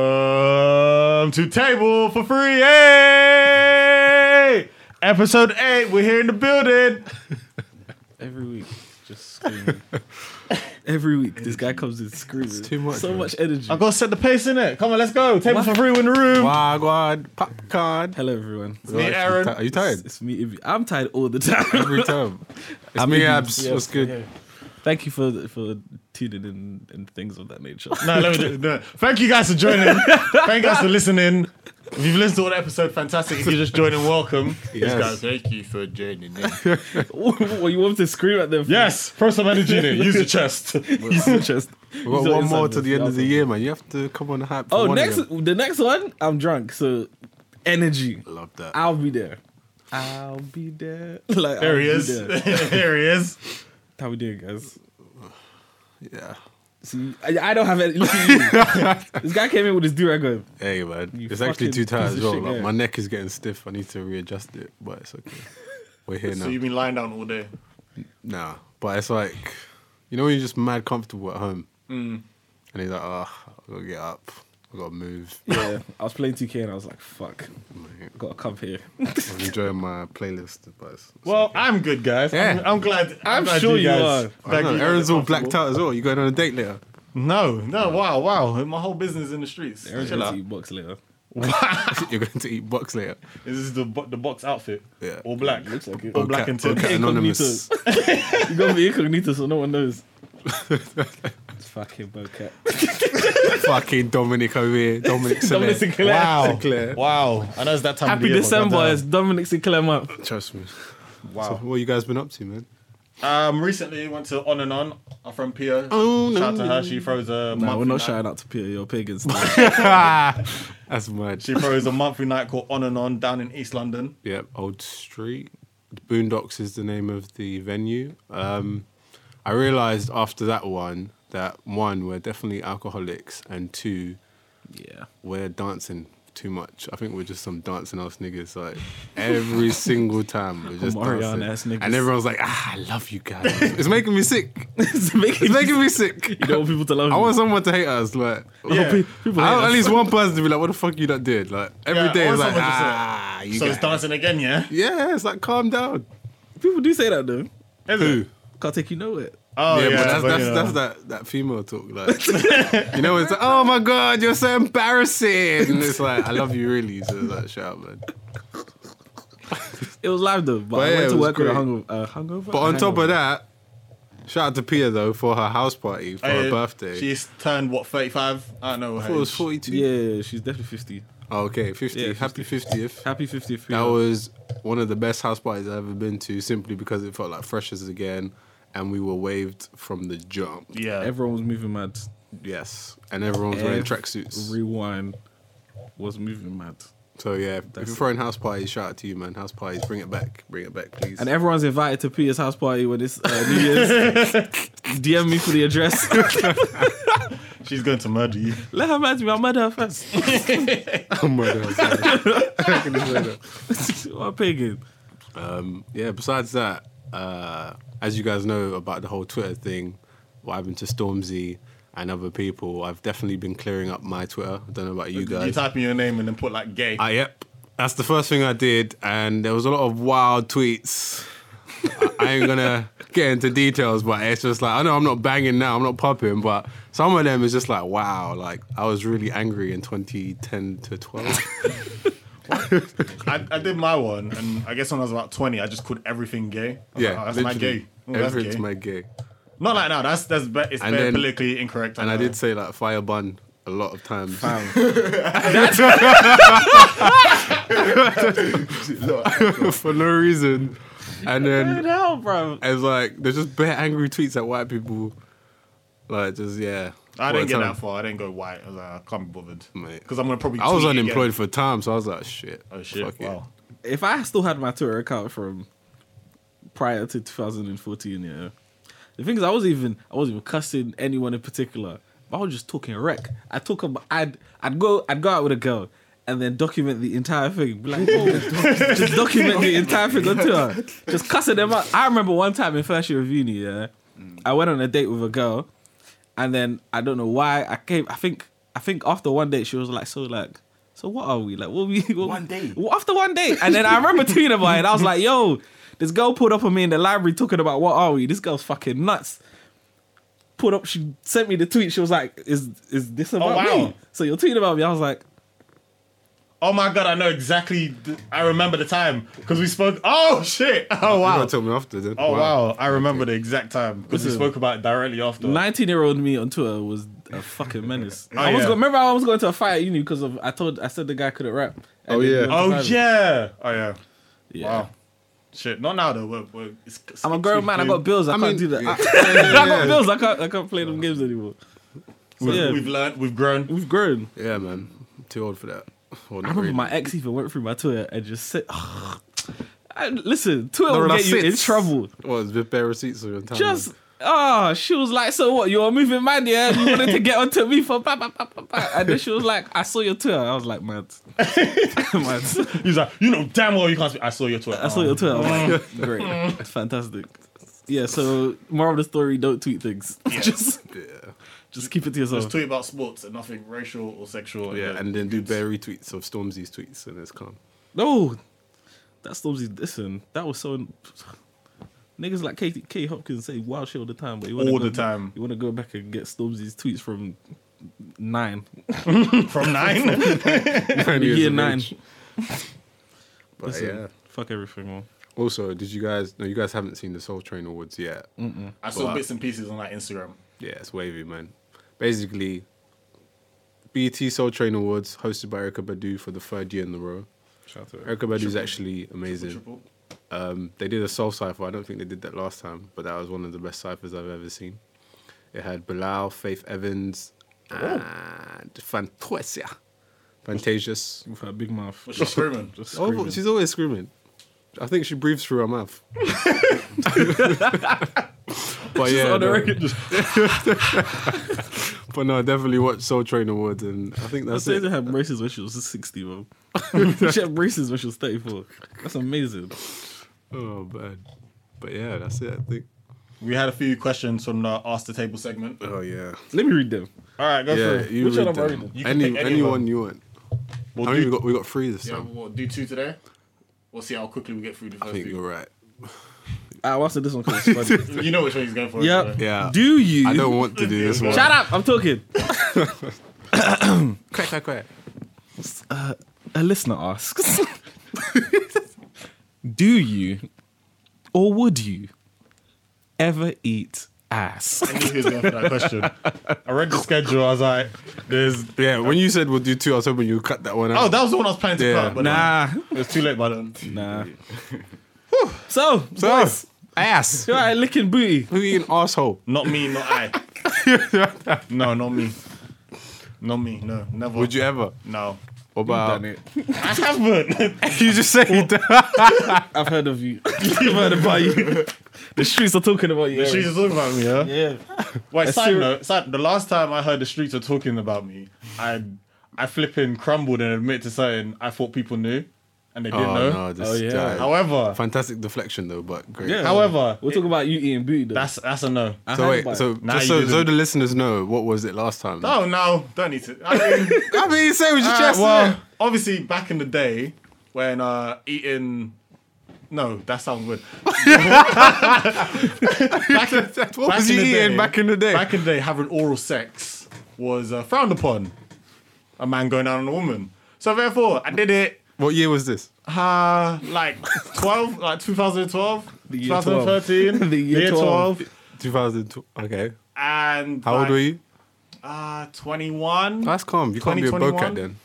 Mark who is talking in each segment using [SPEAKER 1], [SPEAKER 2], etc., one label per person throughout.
[SPEAKER 1] Welcome to Table for Free. Hey! Episode 8. We're here in the building.
[SPEAKER 2] Every week, just screaming. Every week, this guy comes in screaming.
[SPEAKER 3] too much,
[SPEAKER 2] So
[SPEAKER 3] man.
[SPEAKER 2] much energy.
[SPEAKER 1] I'm going to set the pace in it. Come on, let's go. Table for Free, we're in the room.
[SPEAKER 3] Wagwan, popcorn.
[SPEAKER 2] Hello, everyone.
[SPEAKER 3] Relax, you
[SPEAKER 1] Aaron.
[SPEAKER 3] ti- Are you
[SPEAKER 2] It's,
[SPEAKER 3] tired?
[SPEAKER 2] it's me. Ibi. I'm tired all the time.
[SPEAKER 3] Every time. It's me, Abs. What's good?
[SPEAKER 2] Thank you for for tuning in and things of that nature.
[SPEAKER 1] No, let me do, no. Thank you guys for joining. Thank you guys for listening. If you've listened to all the episode, fantastic. If you're just joining, welcome.
[SPEAKER 3] Yes.
[SPEAKER 1] thank you for joining.
[SPEAKER 2] well, you want to scream at them? for-
[SPEAKER 1] Yes, throw some energy in it. Use your chest.
[SPEAKER 2] He's so just. he's
[SPEAKER 3] We got
[SPEAKER 2] so
[SPEAKER 3] one more
[SPEAKER 2] inside
[SPEAKER 3] to the
[SPEAKER 2] this.
[SPEAKER 3] end of the year, man. You have to come on hype. For
[SPEAKER 2] Oh,
[SPEAKER 3] one of
[SPEAKER 2] next
[SPEAKER 3] them.
[SPEAKER 2] the next one, I'm drunk, so energy.
[SPEAKER 3] Love that.
[SPEAKER 2] I'll be there. I'll be there. Like,
[SPEAKER 1] There
[SPEAKER 2] I'll
[SPEAKER 1] he
[SPEAKER 2] be
[SPEAKER 1] is.
[SPEAKER 2] there.
[SPEAKER 1] there he is.
[SPEAKER 2] How we doing, guys?
[SPEAKER 3] Yeah.
[SPEAKER 2] See, I, I don't have any. Look at you. this guy came in with his do going.
[SPEAKER 3] Hey, man.
[SPEAKER 2] You
[SPEAKER 3] it's actually
[SPEAKER 2] fucking
[SPEAKER 3] too tight
[SPEAKER 2] piece
[SPEAKER 3] as
[SPEAKER 2] of
[SPEAKER 3] well.
[SPEAKER 2] shit,
[SPEAKER 3] like,
[SPEAKER 2] yeah.
[SPEAKER 3] My neck is getting stiff. I need to readjust it, but it's okay. We're here now.
[SPEAKER 1] So you've been lying down all day.
[SPEAKER 3] Nah, but it's like, you know, when you're just mad comfortable at home,
[SPEAKER 2] Mm.
[SPEAKER 3] and he's like, oh, I gotta get up, I gotta move.
[SPEAKER 2] Yeah, I was playing 2K and I was like, fuck,
[SPEAKER 3] Like,
[SPEAKER 2] gotta come here.
[SPEAKER 3] I'm enjoying my playlist, but it's, it's
[SPEAKER 1] Well, I'm good, guys. I'm,
[SPEAKER 3] Yeah.
[SPEAKER 1] I'm glad.
[SPEAKER 2] I'm
[SPEAKER 1] glad
[SPEAKER 2] sure you
[SPEAKER 1] guys-
[SPEAKER 2] are.
[SPEAKER 3] I don't know,
[SPEAKER 1] guys
[SPEAKER 3] Aaron's
[SPEAKER 1] are
[SPEAKER 3] all
[SPEAKER 1] comfortable.
[SPEAKER 3] blacked out as well. You going on a date later?
[SPEAKER 1] No, no, wow, wow. My whole business is in the streets.
[SPEAKER 2] Aaron's
[SPEAKER 1] Chill
[SPEAKER 2] gonna
[SPEAKER 1] out.
[SPEAKER 2] eat box later.
[SPEAKER 3] You're going to eat box later.
[SPEAKER 1] This is the bo- the box outfit.
[SPEAKER 3] Yeah.
[SPEAKER 1] All black.
[SPEAKER 2] Looks like it.
[SPEAKER 1] All black and tin.
[SPEAKER 3] Okay, anonymous.
[SPEAKER 2] You gotta be incognito so no one knows. it's fucking bokeh.
[SPEAKER 3] Fucking Dominic over here. Dominic
[SPEAKER 2] Dominic
[SPEAKER 3] Sinclair.
[SPEAKER 2] Sinclair.
[SPEAKER 1] Wow.
[SPEAKER 3] Sinclair.
[SPEAKER 1] Wow. I know it's that time
[SPEAKER 2] Happy
[SPEAKER 1] of the year, but
[SPEAKER 2] December, it's
[SPEAKER 1] goddamn.
[SPEAKER 2] Dominic Sinclair month.
[SPEAKER 3] Trust me. So
[SPEAKER 1] Wow.
[SPEAKER 3] what you guys been up to, man?
[SPEAKER 1] Um, recently went to On and On. Our friend Pia.
[SPEAKER 3] Oh,
[SPEAKER 1] Shout out to
[SPEAKER 3] no.
[SPEAKER 1] her. She throws a
[SPEAKER 2] Nah,
[SPEAKER 1] monthly
[SPEAKER 2] we're not
[SPEAKER 1] night.
[SPEAKER 2] shouting out to Peter, you're pagans.
[SPEAKER 3] That's mad.
[SPEAKER 1] She throws a monthly night called On and On down in East London.
[SPEAKER 3] Yep, Old Street. The Boondocks is the name of the venue. Um, I realised after that one that one, we're definitely alcoholics, and two,
[SPEAKER 2] yeah.
[SPEAKER 3] we're dancing too much. I think we're just some dancing ass niggas. Like every single time, we're just
[SPEAKER 2] Omarion
[SPEAKER 3] dancing.
[SPEAKER 2] ass niggas.
[SPEAKER 3] And everyone's like, ah, I love you guys. it's making me sick.
[SPEAKER 2] it's making
[SPEAKER 3] It's
[SPEAKER 2] you
[SPEAKER 3] making me sick.
[SPEAKER 2] don't want people to love
[SPEAKER 3] I
[SPEAKER 2] you.
[SPEAKER 3] want someone to hate us. Like,
[SPEAKER 1] Yeah.
[SPEAKER 2] Pe- people
[SPEAKER 3] I
[SPEAKER 2] hate
[SPEAKER 3] want at
[SPEAKER 2] us.
[SPEAKER 3] least one person to be like, what the fuck you not did? Like,
[SPEAKER 1] Yeah,
[SPEAKER 3] every
[SPEAKER 1] I
[SPEAKER 3] day
[SPEAKER 1] want
[SPEAKER 3] it's like,
[SPEAKER 1] someone to say-
[SPEAKER 3] ah, you
[SPEAKER 1] so
[SPEAKER 3] guys.
[SPEAKER 1] it's dancing again, yeah?
[SPEAKER 3] Yeah, it's like, calm down.
[SPEAKER 2] people do say that though.
[SPEAKER 1] Is
[SPEAKER 3] Who?
[SPEAKER 1] it?
[SPEAKER 2] Can't take you nowhere.
[SPEAKER 1] Oh, yeah.
[SPEAKER 3] yeah, but that's,
[SPEAKER 1] but,
[SPEAKER 3] that's,
[SPEAKER 1] you know.
[SPEAKER 3] that's that, that female talk. Like, you know, it's like, oh my God, you're so embarrassing. And it's like, I love you really. So it's like, shout out, man.
[SPEAKER 2] It was live though, but, I
[SPEAKER 3] yeah,
[SPEAKER 2] went
[SPEAKER 3] it
[SPEAKER 2] to
[SPEAKER 3] was
[SPEAKER 2] work with a
[SPEAKER 3] great.
[SPEAKER 2] hungover. Uh, hungover?
[SPEAKER 3] But on top
[SPEAKER 2] Hangover.
[SPEAKER 3] of that, shout out to Pia though for her house party for
[SPEAKER 1] Hey,
[SPEAKER 3] her birthday. She
[SPEAKER 1] Oh, She's turned, what, 35? I don't know. her
[SPEAKER 3] was
[SPEAKER 1] age.
[SPEAKER 3] forty-two.
[SPEAKER 2] Yeah, she's definitely 50.
[SPEAKER 3] Oh, okay, fifty.
[SPEAKER 2] Yeah,
[SPEAKER 3] Happy fiftieth.
[SPEAKER 2] Happy 50th.
[SPEAKER 3] That was one of the best house parties I've ever been to, simply because it felt like freshers again, and we were waved from the jump.
[SPEAKER 1] Yeah.
[SPEAKER 2] Everyone was moving mad.
[SPEAKER 3] Yes, and everyone was wearing tracksuits.
[SPEAKER 2] Rewind was moving mad.
[SPEAKER 3] so yeah, if
[SPEAKER 2] That's
[SPEAKER 3] you're
[SPEAKER 2] it.
[SPEAKER 3] throwing house parties, shout out to you, man. House parties, bring it back, bring it back, please.
[SPEAKER 2] And everyone's invited to Peter's house party when it's uh, New Year's. DM me for the address.
[SPEAKER 1] She's going to murder you.
[SPEAKER 2] Let her mad me. I'll murder her first.
[SPEAKER 3] Oh my God.
[SPEAKER 2] I'm pagan.
[SPEAKER 3] Um, yeah, besides that, uh, as you guys know about the whole Twitter thing, what happened to Stormzy and other people, I've definitely been clearing up my Twitter. I don't know about you
[SPEAKER 1] You
[SPEAKER 3] guys.
[SPEAKER 1] type in your name and then put like gay.
[SPEAKER 3] Ah, yep. That's the first thing I did, and there was a lot of wild tweets. I- I ain't gonna get into details, but it's just like I know I'm not banging now, I'm not popping, but some of them is just like wow, like I was really angry in 2010 to 12.
[SPEAKER 1] I, I did my one, and I guess when I was about 20, I just called everything gay. I was
[SPEAKER 3] yeah,
[SPEAKER 1] like, "Oh, that's my gay.
[SPEAKER 3] literally.
[SPEAKER 1] Ooh, that's
[SPEAKER 3] Everything's
[SPEAKER 1] gay."
[SPEAKER 3] my gay.
[SPEAKER 1] Not like now. That's that's be- it's
[SPEAKER 3] And
[SPEAKER 1] very
[SPEAKER 3] then-
[SPEAKER 1] politically incorrect.
[SPEAKER 3] And I
[SPEAKER 1] know.
[SPEAKER 3] did say like fire bun a lot of times. for no reason.
[SPEAKER 2] What
[SPEAKER 3] And
[SPEAKER 2] the
[SPEAKER 3] then
[SPEAKER 2] hell, bro?
[SPEAKER 3] it's like there's just bare angry tweets at white people. Like just yeah.
[SPEAKER 1] I
[SPEAKER 3] What a
[SPEAKER 1] didn't get
[SPEAKER 3] time.
[SPEAKER 1] that far. I didn't go white. I was like, I can't be bothered
[SPEAKER 3] Mate.
[SPEAKER 1] because I'm gonna probably.
[SPEAKER 3] I was
[SPEAKER 1] tweet
[SPEAKER 3] unemployed
[SPEAKER 1] Again.
[SPEAKER 3] for time, so I was like, shit.
[SPEAKER 1] Oh shit!
[SPEAKER 3] fuck it.
[SPEAKER 1] wow.
[SPEAKER 2] If I still had my Twitter account from prior to 2014, yeah, The thing is, I wasn't even I wasn't even cussing anyone in particular. I was just talking wreck. I talk about I'd I'd go I'd go out with a girl and then document the entire thing. Be like, oh, "Whoa." just document the entire thing on Twitter. Just cussing them out. I remember one time in first year of uni, yeah, I went on a date with a girl, and then I don't know why I came. I think I think after one date she was like, so like. So what are we like? What we what
[SPEAKER 4] One date.
[SPEAKER 2] Well, after one date, and then I remember tweeting about it. I was like, "Yo, this girl pulled up on me in the library talking about what are we? This girl's fucking nuts." Pulled up, she sent me the tweet. She was like, "Is is this about
[SPEAKER 4] Oh,
[SPEAKER 1] wow.
[SPEAKER 2] me?" So you're tweeting about me. I was like,
[SPEAKER 1] Oh my god, I know exactly. th- I remember the time because we spoke. Oh shit! Oh
[SPEAKER 3] Wow.
[SPEAKER 1] wow!
[SPEAKER 3] Tell me after then.
[SPEAKER 1] Oh wow! I remember the exact time because we
[SPEAKER 2] Listen.
[SPEAKER 1] spoke about it directly after.
[SPEAKER 2] 19 year old me on Twitter was a fucking menace. I
[SPEAKER 1] Oh,
[SPEAKER 2] was
[SPEAKER 1] yeah.
[SPEAKER 2] go- remember I was going to a fight at uni because of I told I said the guy couldn't rap.
[SPEAKER 3] Oh, yeah.
[SPEAKER 1] Oh yeah! Oh yeah!
[SPEAKER 2] yeah.
[SPEAKER 1] Wow! Shit! Not now though. We're, we're, it's, it's,
[SPEAKER 2] I'm a grown man. I got bills. I,
[SPEAKER 3] I
[SPEAKER 2] can't
[SPEAKER 3] mean,
[SPEAKER 2] do that.
[SPEAKER 3] yeah.
[SPEAKER 2] I,
[SPEAKER 3] Yeah, yeah,
[SPEAKER 2] I got
[SPEAKER 3] yeah.
[SPEAKER 2] bills. I can't. I can't play them games anymore. So,
[SPEAKER 1] We've,
[SPEAKER 2] yeah,
[SPEAKER 1] we've
[SPEAKER 2] we've,
[SPEAKER 1] learned. We've grown.
[SPEAKER 2] grown.
[SPEAKER 3] Yeah, man. Too old for that. Well,
[SPEAKER 2] I
[SPEAKER 3] not
[SPEAKER 2] remember
[SPEAKER 3] really.
[SPEAKER 2] my ex even went through my Twitter and just said, I- "Listen, Twitter
[SPEAKER 3] No, Oh,
[SPEAKER 2] will
[SPEAKER 3] that's
[SPEAKER 2] get you in
[SPEAKER 3] it.
[SPEAKER 2] trouble."
[SPEAKER 3] What is with bare receipts of your time?
[SPEAKER 2] Just ah, she was like, "So what? You're a moving man, yeah? You wanted to get onto me for ba ba ba ba ba?" And then she was like, "I saw your Twitter." I was like, "Mad, mad."
[SPEAKER 1] He's like, you know damn well you can't speak. I saw your Um, tweet.
[SPEAKER 2] I saw your Twitter. I was like, great. It's fantastic. Yeah, so moral of the story, don't tweet things. just
[SPEAKER 3] yeah,
[SPEAKER 2] just keep it to yourself.
[SPEAKER 1] Just tweet about sports and nothing racial or sexual.
[SPEAKER 3] yeah, and then do bare retweets of Stormzy's tweets, and it's calm.
[SPEAKER 2] no. That's Stormzy listen. That was so Niggas like Katie K Hopkins say wild shit all the time, but you wanna
[SPEAKER 1] All
[SPEAKER 2] go
[SPEAKER 1] the
[SPEAKER 2] back-
[SPEAKER 1] time.
[SPEAKER 2] You wanna go back and get Stormzy's tweets from nine.
[SPEAKER 1] from nine.
[SPEAKER 3] Nine years
[SPEAKER 2] year
[SPEAKER 3] of
[SPEAKER 2] nine.
[SPEAKER 3] age. But
[SPEAKER 2] Listen,
[SPEAKER 3] yeah.
[SPEAKER 2] Fuck everything, man.
[SPEAKER 3] Also, did you guys? No, you guys haven't seen the Soul Train Awards yet.
[SPEAKER 1] I saw
[SPEAKER 3] Wow.
[SPEAKER 1] bits and pieces on like Instagram.
[SPEAKER 3] Yeah, it's wavy, man. Basically, BT Soul Train Awards hosted by Erica Badu for the third year in a row.
[SPEAKER 2] Shout out to her.
[SPEAKER 3] Erica Badu's actually amazing.
[SPEAKER 1] Triple.
[SPEAKER 3] Um, they did a soul cipher. I don't think they did that last time, but that was one of the best ciphers I've ever seen. It had Bilal, Faith Evans,
[SPEAKER 2] Oh.
[SPEAKER 3] and Fantasia. Fantasius.
[SPEAKER 2] With her big mouth.
[SPEAKER 1] Was she screaming?
[SPEAKER 2] Just
[SPEAKER 3] Oh,
[SPEAKER 2] screaming.
[SPEAKER 3] but she's always screaming. I think she breathes through her mouth. but
[SPEAKER 2] Just
[SPEAKER 3] yeah,
[SPEAKER 2] on the
[SPEAKER 3] no,
[SPEAKER 2] record, just-
[SPEAKER 3] but no, definitely watch Soul Train Awards, and I think that's
[SPEAKER 2] Taylor
[SPEAKER 3] it.
[SPEAKER 2] had braces when she was 60, bro. she had braces when she was 34. That's amazing.
[SPEAKER 3] Oh man, but yeah, that's it. I think.
[SPEAKER 1] We had a few questions from the Ask the Table segment. All
[SPEAKER 3] Oh yeah,
[SPEAKER 2] Let me read them.
[SPEAKER 1] right, go
[SPEAKER 3] yeah.
[SPEAKER 1] for it.
[SPEAKER 3] You
[SPEAKER 2] Which one
[SPEAKER 3] read
[SPEAKER 2] am I
[SPEAKER 3] them.
[SPEAKER 2] reading?
[SPEAKER 1] You can
[SPEAKER 3] Any,
[SPEAKER 1] pick any of
[SPEAKER 3] anyone
[SPEAKER 1] them.
[SPEAKER 3] you want.
[SPEAKER 1] We'll
[SPEAKER 3] I
[SPEAKER 1] do,
[SPEAKER 3] mean, we got we got three this
[SPEAKER 1] yeah,
[SPEAKER 3] time.
[SPEAKER 1] we'll do two today. We'll see how quickly we get through the
[SPEAKER 3] I
[SPEAKER 1] first
[SPEAKER 3] think
[SPEAKER 1] two.
[SPEAKER 3] you're right.
[SPEAKER 2] I will answer this one because it's funny.
[SPEAKER 1] You know which one he's going for. so-
[SPEAKER 2] yep.
[SPEAKER 3] Yeah.
[SPEAKER 2] Do you?
[SPEAKER 3] I don't want to do this one.
[SPEAKER 2] Shut up! I'm talking.
[SPEAKER 3] Quick, quick, quick.
[SPEAKER 2] A listener asks, "Do you, or would you, ever eat ass?"
[SPEAKER 1] I knew he was going for that question. I read the schedule. I was like, there's.
[SPEAKER 3] Yeah, when you said we'll do two, I was hoping you cut that one out.
[SPEAKER 1] Oh, that was the one I was planning to
[SPEAKER 3] Yeah.
[SPEAKER 1] cut, but nah.
[SPEAKER 2] Nah,
[SPEAKER 1] it was too late by then.
[SPEAKER 2] nah. so, so
[SPEAKER 3] so,
[SPEAKER 2] boys,
[SPEAKER 3] ass.
[SPEAKER 2] you all right licking booty?
[SPEAKER 3] Who you an asshole?
[SPEAKER 1] Not me, not I. no, not me. Not me. No, never.
[SPEAKER 3] Would you ever?
[SPEAKER 1] No.
[SPEAKER 3] What about? You,
[SPEAKER 1] I haven't.
[SPEAKER 3] just said you done.
[SPEAKER 2] I've heard of you. I've heard about you. The streets are talking about you.
[SPEAKER 1] She's just talking about me, yeah?
[SPEAKER 2] yeah.
[SPEAKER 1] Wait, side
[SPEAKER 2] seri-
[SPEAKER 1] note, side, the last time I heard the streets are talking about me, I I flipping crumbled and admit to saying I thought people knew and they
[SPEAKER 3] Oh
[SPEAKER 1] didn't know.
[SPEAKER 3] no, this
[SPEAKER 2] Oh, yeah.
[SPEAKER 3] guy.
[SPEAKER 1] However,
[SPEAKER 3] Fantastic deflection though, but great.
[SPEAKER 2] Yeah.
[SPEAKER 1] however,
[SPEAKER 2] We'll talk about you eating booty though.
[SPEAKER 1] that's that's a no.
[SPEAKER 2] I
[SPEAKER 3] So
[SPEAKER 2] heard
[SPEAKER 3] wait,
[SPEAKER 2] about
[SPEAKER 3] so
[SPEAKER 2] it.
[SPEAKER 1] Nah,
[SPEAKER 3] just
[SPEAKER 1] you
[SPEAKER 3] so, so
[SPEAKER 1] didn't.
[SPEAKER 3] the listeners know what was it last time?
[SPEAKER 1] Oh no, don't need to. I mean,
[SPEAKER 3] I mean, you say it was your
[SPEAKER 1] alright,
[SPEAKER 3] chest.
[SPEAKER 1] Uh, well,
[SPEAKER 3] innit?
[SPEAKER 1] obviously back in the day when uh eating no, that sounds weird. back in,
[SPEAKER 3] what was you eating back in the day?
[SPEAKER 1] Back in the day, having oral sex was uh, frowned upon. A man going down on a woman. So therefore, I did it.
[SPEAKER 3] what year was this?
[SPEAKER 1] Uh, like 12, like 2012,
[SPEAKER 2] The year
[SPEAKER 1] 2013,
[SPEAKER 2] 12. The year 12.
[SPEAKER 3] 2002. Okay.
[SPEAKER 1] And
[SPEAKER 3] How old
[SPEAKER 1] like,
[SPEAKER 3] were you?
[SPEAKER 1] Uh, 21.
[SPEAKER 3] That's calm. You can't be a
[SPEAKER 1] 2021?
[SPEAKER 3] bocat then.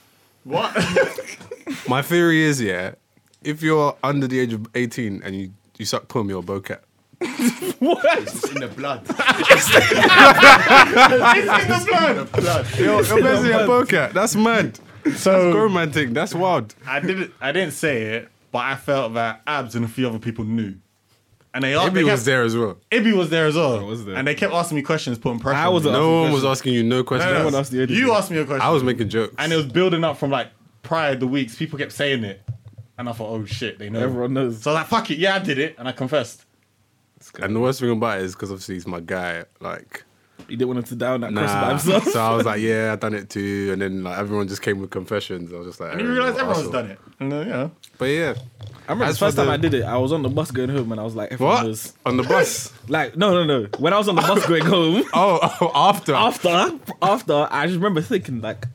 [SPEAKER 1] What?
[SPEAKER 3] My theory is, yeah, if you're under the age of 18 and you, you suck pum, you're a bocat.
[SPEAKER 4] It's in the blood.
[SPEAKER 1] It's in the blood.
[SPEAKER 3] You're, you're basically a bocat. That's mad.
[SPEAKER 1] So
[SPEAKER 3] Romantic. That's wild.
[SPEAKER 1] I didn't, I didn't say it, but I felt that Abs and a few other people knew. and they asked. Oh,
[SPEAKER 3] Ibby
[SPEAKER 1] They
[SPEAKER 3] was
[SPEAKER 1] kept,
[SPEAKER 3] there as well.
[SPEAKER 1] Ibby was there as well.
[SPEAKER 2] Oh, was there?
[SPEAKER 1] And they kept asking me questions, putting pressure.
[SPEAKER 2] I
[SPEAKER 1] on
[SPEAKER 2] was
[SPEAKER 1] me.
[SPEAKER 2] a-
[SPEAKER 3] No one
[SPEAKER 2] question.
[SPEAKER 3] was asking you no
[SPEAKER 1] No, no,
[SPEAKER 3] questions.
[SPEAKER 1] no.
[SPEAKER 2] one asked you anything.
[SPEAKER 1] You asked me a question.
[SPEAKER 3] I was making jokes.
[SPEAKER 1] and it was building up from like prior the weeks. People kept saying it, and I thought, oh shit, they know.
[SPEAKER 2] Everyone knows.
[SPEAKER 1] So I was like, fuck it, yeah, I did it, and I confessed.
[SPEAKER 3] And the worst thing about it is because obviously he's my guy. Like,
[SPEAKER 2] You didn't want him to down that cross by
[SPEAKER 3] nah. So
[SPEAKER 2] himself.
[SPEAKER 3] I was like, yeah, I done it too. And then like everyone just came with confessions. I was just like,
[SPEAKER 1] And you realize everyone's done it. And then, you know,
[SPEAKER 3] But yeah,
[SPEAKER 2] I remember the
[SPEAKER 3] As for
[SPEAKER 2] first time
[SPEAKER 3] the-
[SPEAKER 2] I did it, I was on the bus going home and I was like, everyone
[SPEAKER 3] what
[SPEAKER 2] was
[SPEAKER 3] on the bus?
[SPEAKER 2] like, no, no, no. When I was on the bus going home,
[SPEAKER 3] oh, oh, after.
[SPEAKER 2] after, after, I just remember thinking like,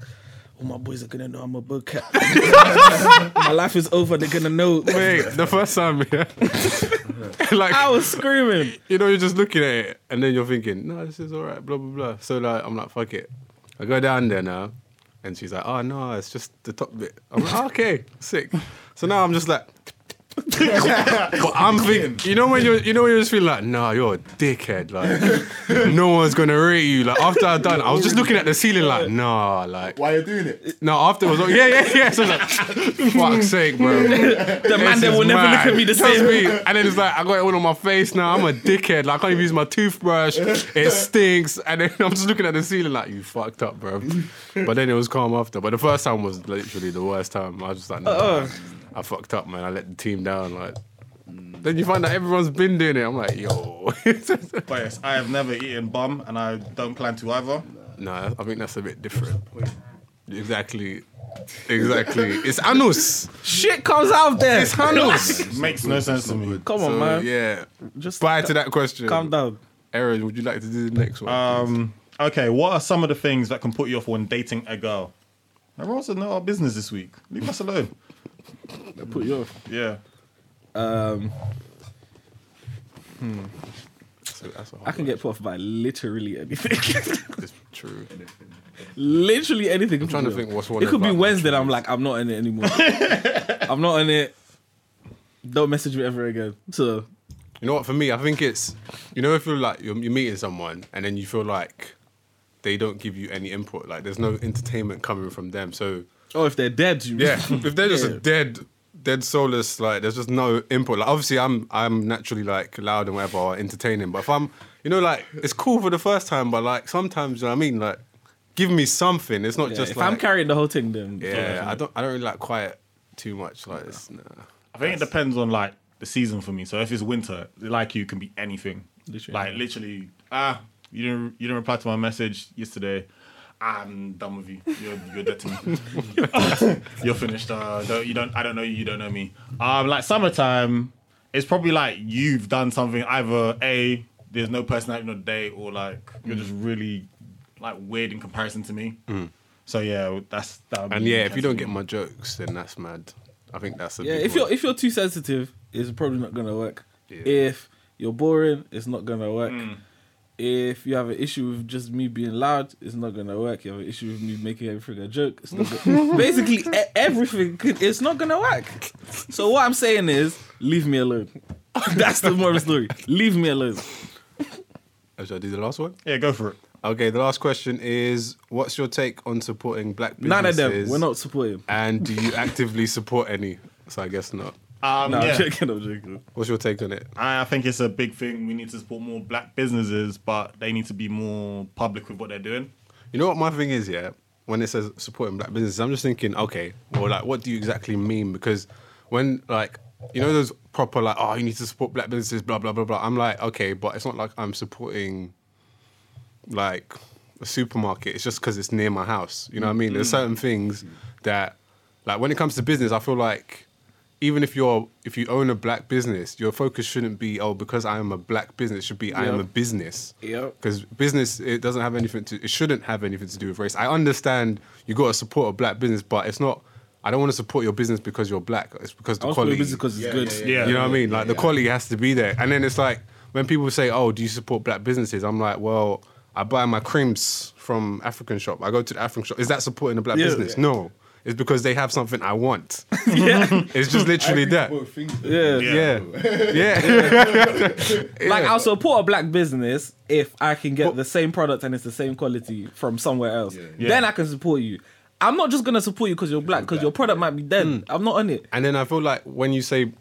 [SPEAKER 2] all my boys are gonna know I'm a bug cat. my life is over. They're gonna know.
[SPEAKER 3] Wait, the first time, yeah. like
[SPEAKER 2] I was screaming.
[SPEAKER 3] you know, you're just looking at it, and then you're thinking, no, this is all right, blah blah blah. So like, I'm like, fuck it. I go down there now, and she's like, oh no, it's just the top bit. I'm like, "Oh, okay, sick. So now I'm just like. but I'm thinking, you know when you are you know when you just feel like, nah, you're a dickhead. Like, no one's gonna rate you. Like after I done, I was just looking at the ceiling, like, nah, like,
[SPEAKER 4] Why you doing it?
[SPEAKER 3] no. After it was, like, yeah, yeah, yeah. So I was like, fuck's sake, bro.
[SPEAKER 2] The man
[SPEAKER 3] This
[SPEAKER 2] that
[SPEAKER 3] is
[SPEAKER 2] will never
[SPEAKER 3] mad.
[SPEAKER 2] look at me the
[SPEAKER 3] Trust
[SPEAKER 2] same.
[SPEAKER 3] me. And then it's like I got it all on my face now. I'm a dickhead. Like I can't even use my toothbrush. It stinks. And then I'm just looking at the ceiling like you fucked up, bro. But then it was calm after. But the first time was literally the worst time. I was just like, no,
[SPEAKER 2] Uh-uh.
[SPEAKER 3] I fucked up, man. I let the team down. Like then you find out everyone's been doing it. I'm like, yo.
[SPEAKER 1] but yes, I have never eaten bum, and I don't plan to either.
[SPEAKER 3] nah, I think that's a bit different. Exactly. Exactly. It's anus.
[SPEAKER 2] Shit comes out there.
[SPEAKER 3] It's anus.
[SPEAKER 1] makes no sense to me.
[SPEAKER 2] Come on,
[SPEAKER 3] So,
[SPEAKER 2] man.
[SPEAKER 3] yeah.
[SPEAKER 2] Just
[SPEAKER 3] Bye to that question.
[SPEAKER 2] calm down.
[SPEAKER 3] Aaron, would you like to do the next one?
[SPEAKER 1] Um, okay, what are some of the things that can put you off when dating a girl? Everyone wants to know our business this week. Leave us alone.
[SPEAKER 2] Put you off.
[SPEAKER 1] Yeah.
[SPEAKER 2] Um,
[SPEAKER 3] So that's a whole
[SPEAKER 2] I can
[SPEAKER 3] lot.
[SPEAKER 2] get put off by literally anything.
[SPEAKER 3] It's true.
[SPEAKER 2] literally anything. I'm
[SPEAKER 3] trying to think what's one
[SPEAKER 2] It could be
[SPEAKER 3] about
[SPEAKER 2] Wednesday. that I'm like, I'm not in it anymore. I'm not in it. Don't message me ever again. So
[SPEAKER 3] You know what? For me, I think it's you know if you're like you're, you're meeting someone and then you feel like they don't give you any input, like there's no entertainment coming from them. So
[SPEAKER 2] Oh, if they're dead, you
[SPEAKER 3] yeah, if they're just
[SPEAKER 2] Yeah.
[SPEAKER 3] a dead, dead soulless, like there's just no input. Like obviously, I'm I'm naturally like loud and whatever, or entertaining. But if I'm, you know, like it's cool for the first time, but like sometimes, you know what I mean, like give me something. It's not
[SPEAKER 2] Yeah,
[SPEAKER 3] just
[SPEAKER 2] if
[SPEAKER 3] like
[SPEAKER 2] I'm carrying the whole thing, then
[SPEAKER 3] yeah. I don't I don't really like quiet too much. Like it's nah.
[SPEAKER 1] I think it depends on like the season for me. So if it's winter, like you can be anything. Literally. Like literally, ah, you didn't you didn't reply to my message yesterday. I'm done with you. You're, you're dead to me. you're finished. Uh, don't, you don't. I don't know you. You don't know me. Um, like summertime, it's probably like you've done something. Either a there's no personality on the day, or like you're just really like weird in comparison to me. So yeah, that's that. would
[SPEAKER 3] Mm. And
[SPEAKER 1] be
[SPEAKER 3] yeah, if you don't get
[SPEAKER 1] intense
[SPEAKER 3] my jokes, then that's mad. I think that's a
[SPEAKER 2] yeah.
[SPEAKER 3] big
[SPEAKER 2] If you're
[SPEAKER 3] one.
[SPEAKER 2] if you're too sensitive, it's probably not gonna work.
[SPEAKER 3] Yeah.
[SPEAKER 2] If you're boring, it's not gonna work.
[SPEAKER 1] Mm.
[SPEAKER 2] If you have an issue with just me being loud, it's not gonna work. You have an issue with me making everything a joke. It's not gonna, basically e- everything. Could, it's not gonna work. So what I'm saying is, leave me alone. That's the moral of the story. Leave me alone.
[SPEAKER 3] Oh, Should I do the last one?
[SPEAKER 1] yeah, go for it.
[SPEAKER 3] Okay, the last question is: What's your take on supporting black businesses?
[SPEAKER 2] None of them. We're not supporting.
[SPEAKER 3] And do you actively support any? So I guess not.
[SPEAKER 1] Um,
[SPEAKER 2] No,
[SPEAKER 1] yeah.
[SPEAKER 2] I'm joking. I'm joking.
[SPEAKER 3] What's your take on it?
[SPEAKER 1] I I think it's a big thing. We need to support more black businesses, but they need to be more public with what they're doing.
[SPEAKER 3] You know what my thing is, yeah. When it says supporting black businesses, I'm just thinking, okay, well, like, what do you exactly mean? Because when, like, you know, those proper like, oh, you need to support black businesses, blah blah blah blah. I'm like, okay, but it's not like I'm supporting, like, a supermarket. It's just because it's near my house. You know what I mean? There's certain things that, like, when it comes to business, I feel like even if you're if you own a black business, your focus shouldn't be oh because I am a black business. It should be I am
[SPEAKER 2] Yeah.
[SPEAKER 3] a business.
[SPEAKER 2] Yep.
[SPEAKER 3] Because business, it doesn't have anything to, it shouldn't have anything to do with race. I understand you got to support a black business, but it's not. I don't want to support your business because you're black. It's because
[SPEAKER 2] I
[SPEAKER 3] the
[SPEAKER 2] was
[SPEAKER 3] quality.
[SPEAKER 2] supporting business because it's
[SPEAKER 4] Yeah,
[SPEAKER 2] good.
[SPEAKER 4] yeah,
[SPEAKER 1] yeah.
[SPEAKER 3] you know what I mean? Like the quality has to be there. And then it's like when people say, "Oh, do you support black businesses?" I'm like, "Well, I buy my creams from African shop. I go to the African shop. Is that supporting a black
[SPEAKER 2] Yeah.
[SPEAKER 3] business?
[SPEAKER 2] Yeah.
[SPEAKER 3] No." It's because they have something I want.
[SPEAKER 2] yeah.
[SPEAKER 3] It's just literally that.
[SPEAKER 4] Both things.
[SPEAKER 2] yeah.
[SPEAKER 3] Yeah. Yeah.
[SPEAKER 2] Like
[SPEAKER 3] Yeah.
[SPEAKER 2] I'll support a black business if I can get
[SPEAKER 3] But-
[SPEAKER 2] the same product and it's the same quality from somewhere else.
[SPEAKER 1] Yeah.
[SPEAKER 2] Then I can support you. I'm
[SPEAKER 3] Hmm.
[SPEAKER 2] not just gonna support you because you're black because your product might be dead. I'm not on it.
[SPEAKER 3] And then I feel like when you say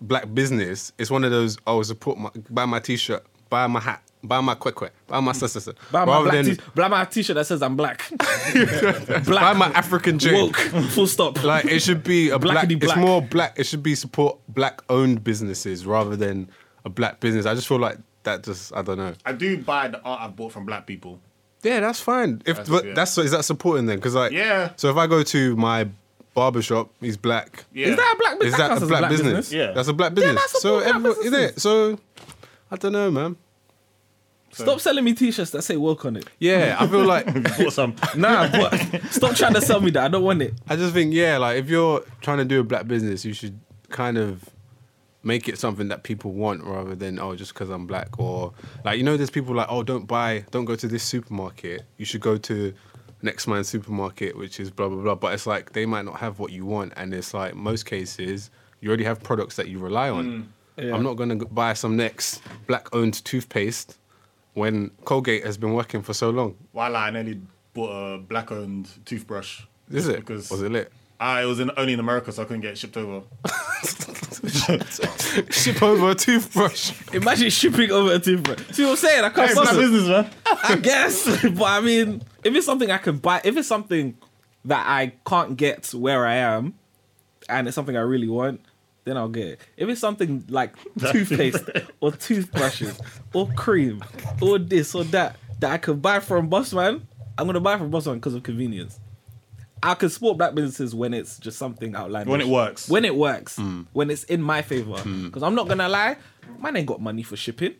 [SPEAKER 3] black business, it's one of those. Oh, support my buy my t-shirt, buy my hat, buy my quick quick, buy my sister.
[SPEAKER 2] Buy my, black t- buy my t-shirt that says I'm black.
[SPEAKER 3] buy my African drink.
[SPEAKER 2] Woke. Full stop.
[SPEAKER 3] Like it should be a black,
[SPEAKER 2] Blackity black.
[SPEAKER 3] It's more black. It should be support black owned businesses rather than a black business. I just feel like that. Just I don't know.
[SPEAKER 1] I do buy the art I've bought from black people.
[SPEAKER 3] Yeah, that's fine. If
[SPEAKER 1] That's-
[SPEAKER 3] but
[SPEAKER 1] yeah.
[SPEAKER 3] that's is that supporting then? Because like
[SPEAKER 1] Yeah.
[SPEAKER 3] So if I go to my barbershop, he's black.
[SPEAKER 1] Yeah.
[SPEAKER 2] Is that a black
[SPEAKER 3] Is
[SPEAKER 2] business?
[SPEAKER 3] that
[SPEAKER 2] counts
[SPEAKER 3] a
[SPEAKER 2] as
[SPEAKER 3] black, business?
[SPEAKER 1] Yeah.
[SPEAKER 3] that's a black business.
[SPEAKER 2] that's
[SPEAKER 3] so
[SPEAKER 2] supporting black
[SPEAKER 3] everyone, is it?
[SPEAKER 2] businesses.
[SPEAKER 3] So I don't know, man.
[SPEAKER 2] Stop selling me t-shirts that say woke on it.
[SPEAKER 3] Yeah, I feel like
[SPEAKER 1] Bought some.
[SPEAKER 2] Nah, but stop trying to sell me that. I don't want it.
[SPEAKER 3] I just think yeah, like if you're trying to do a black business, you should kind of make it something that people want rather than oh just because I'm black or like you know there's people like oh don't buy don't go to this supermarket you should go to next man supermarket which is blah blah blah but it's like they might not have what you want and it's like most cases you already have products that you rely on
[SPEAKER 2] Yeah.
[SPEAKER 3] I'm not going to buy some next black owned toothpaste when Colgate has been working for so long
[SPEAKER 1] While I nearly bought a black owned toothbrush.
[SPEAKER 3] is
[SPEAKER 1] Just
[SPEAKER 3] it
[SPEAKER 1] Because
[SPEAKER 3] was it lit
[SPEAKER 1] I it was in, only in America, so I couldn't get it shipped over.
[SPEAKER 3] ship over a toothbrush
[SPEAKER 2] Imagine shipping over a toothbrush. See what I'm saying? I can't
[SPEAKER 1] Hey,
[SPEAKER 2] fuss
[SPEAKER 1] black
[SPEAKER 2] with-
[SPEAKER 1] business, man.
[SPEAKER 2] I guess, but I mean, if it's something I can buy, if it's something that I can't get where I am, and it's something I really want, then I'll get it. If it's something like toothpaste or toothbrushes or cream or this or that that I could buy from Bossman, I'm gonna buy from Bossman because of convenience. I can support black businesses when it's just something outlandish.
[SPEAKER 1] When it works.
[SPEAKER 2] When it works. When it's in my favor. Because I'm not gonna lie, man ain't got money for shipping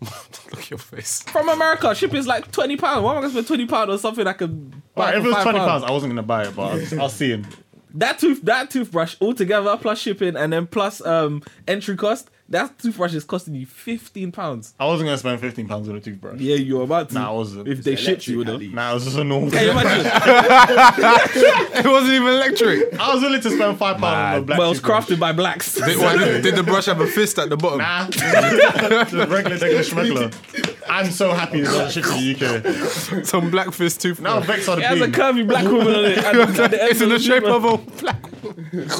[SPEAKER 3] Look at your face.
[SPEAKER 2] from America. Shipping's like twenty pounds. Why am I gonna spend twenty pounds on something I could
[SPEAKER 1] Alright,
[SPEAKER 2] buy for
[SPEAKER 1] if it was
[SPEAKER 2] five
[SPEAKER 1] twenty
[SPEAKER 2] pounds?
[SPEAKER 1] pounds, I wasn't gonna buy it, but I was, I was seeing.
[SPEAKER 2] That tooth, that toothbrush altogether plus shipping and then plus um entry cost. That toothbrush is costing you fifteen pounds.
[SPEAKER 1] I wasn't gonna spend fifteen pounds on a toothbrush.
[SPEAKER 2] Yeah, you're about to.
[SPEAKER 1] Nah, I wasn't.
[SPEAKER 2] If they shipped you, would have.
[SPEAKER 4] electric,
[SPEAKER 1] Nah, it was just a normal.
[SPEAKER 2] Can you imagine?
[SPEAKER 3] It wasn't even electric.
[SPEAKER 1] I was willing to spend five pounds on a black.
[SPEAKER 2] well, it's
[SPEAKER 1] toothbrush.
[SPEAKER 2] crafted by blacks.
[SPEAKER 3] did, why- did- did the brush have a fist at the bottom?
[SPEAKER 1] Nah, just regular taking a schmegler. I'm so happy it's not shipped to the UK.
[SPEAKER 3] Some black fist toothbrush.
[SPEAKER 1] Now Vex are the
[SPEAKER 2] It has a
[SPEAKER 1] queen.
[SPEAKER 2] curvy black woman on it. and it's at the end
[SPEAKER 3] it's in the shape
[SPEAKER 2] toothbrush.
[SPEAKER 3] of a black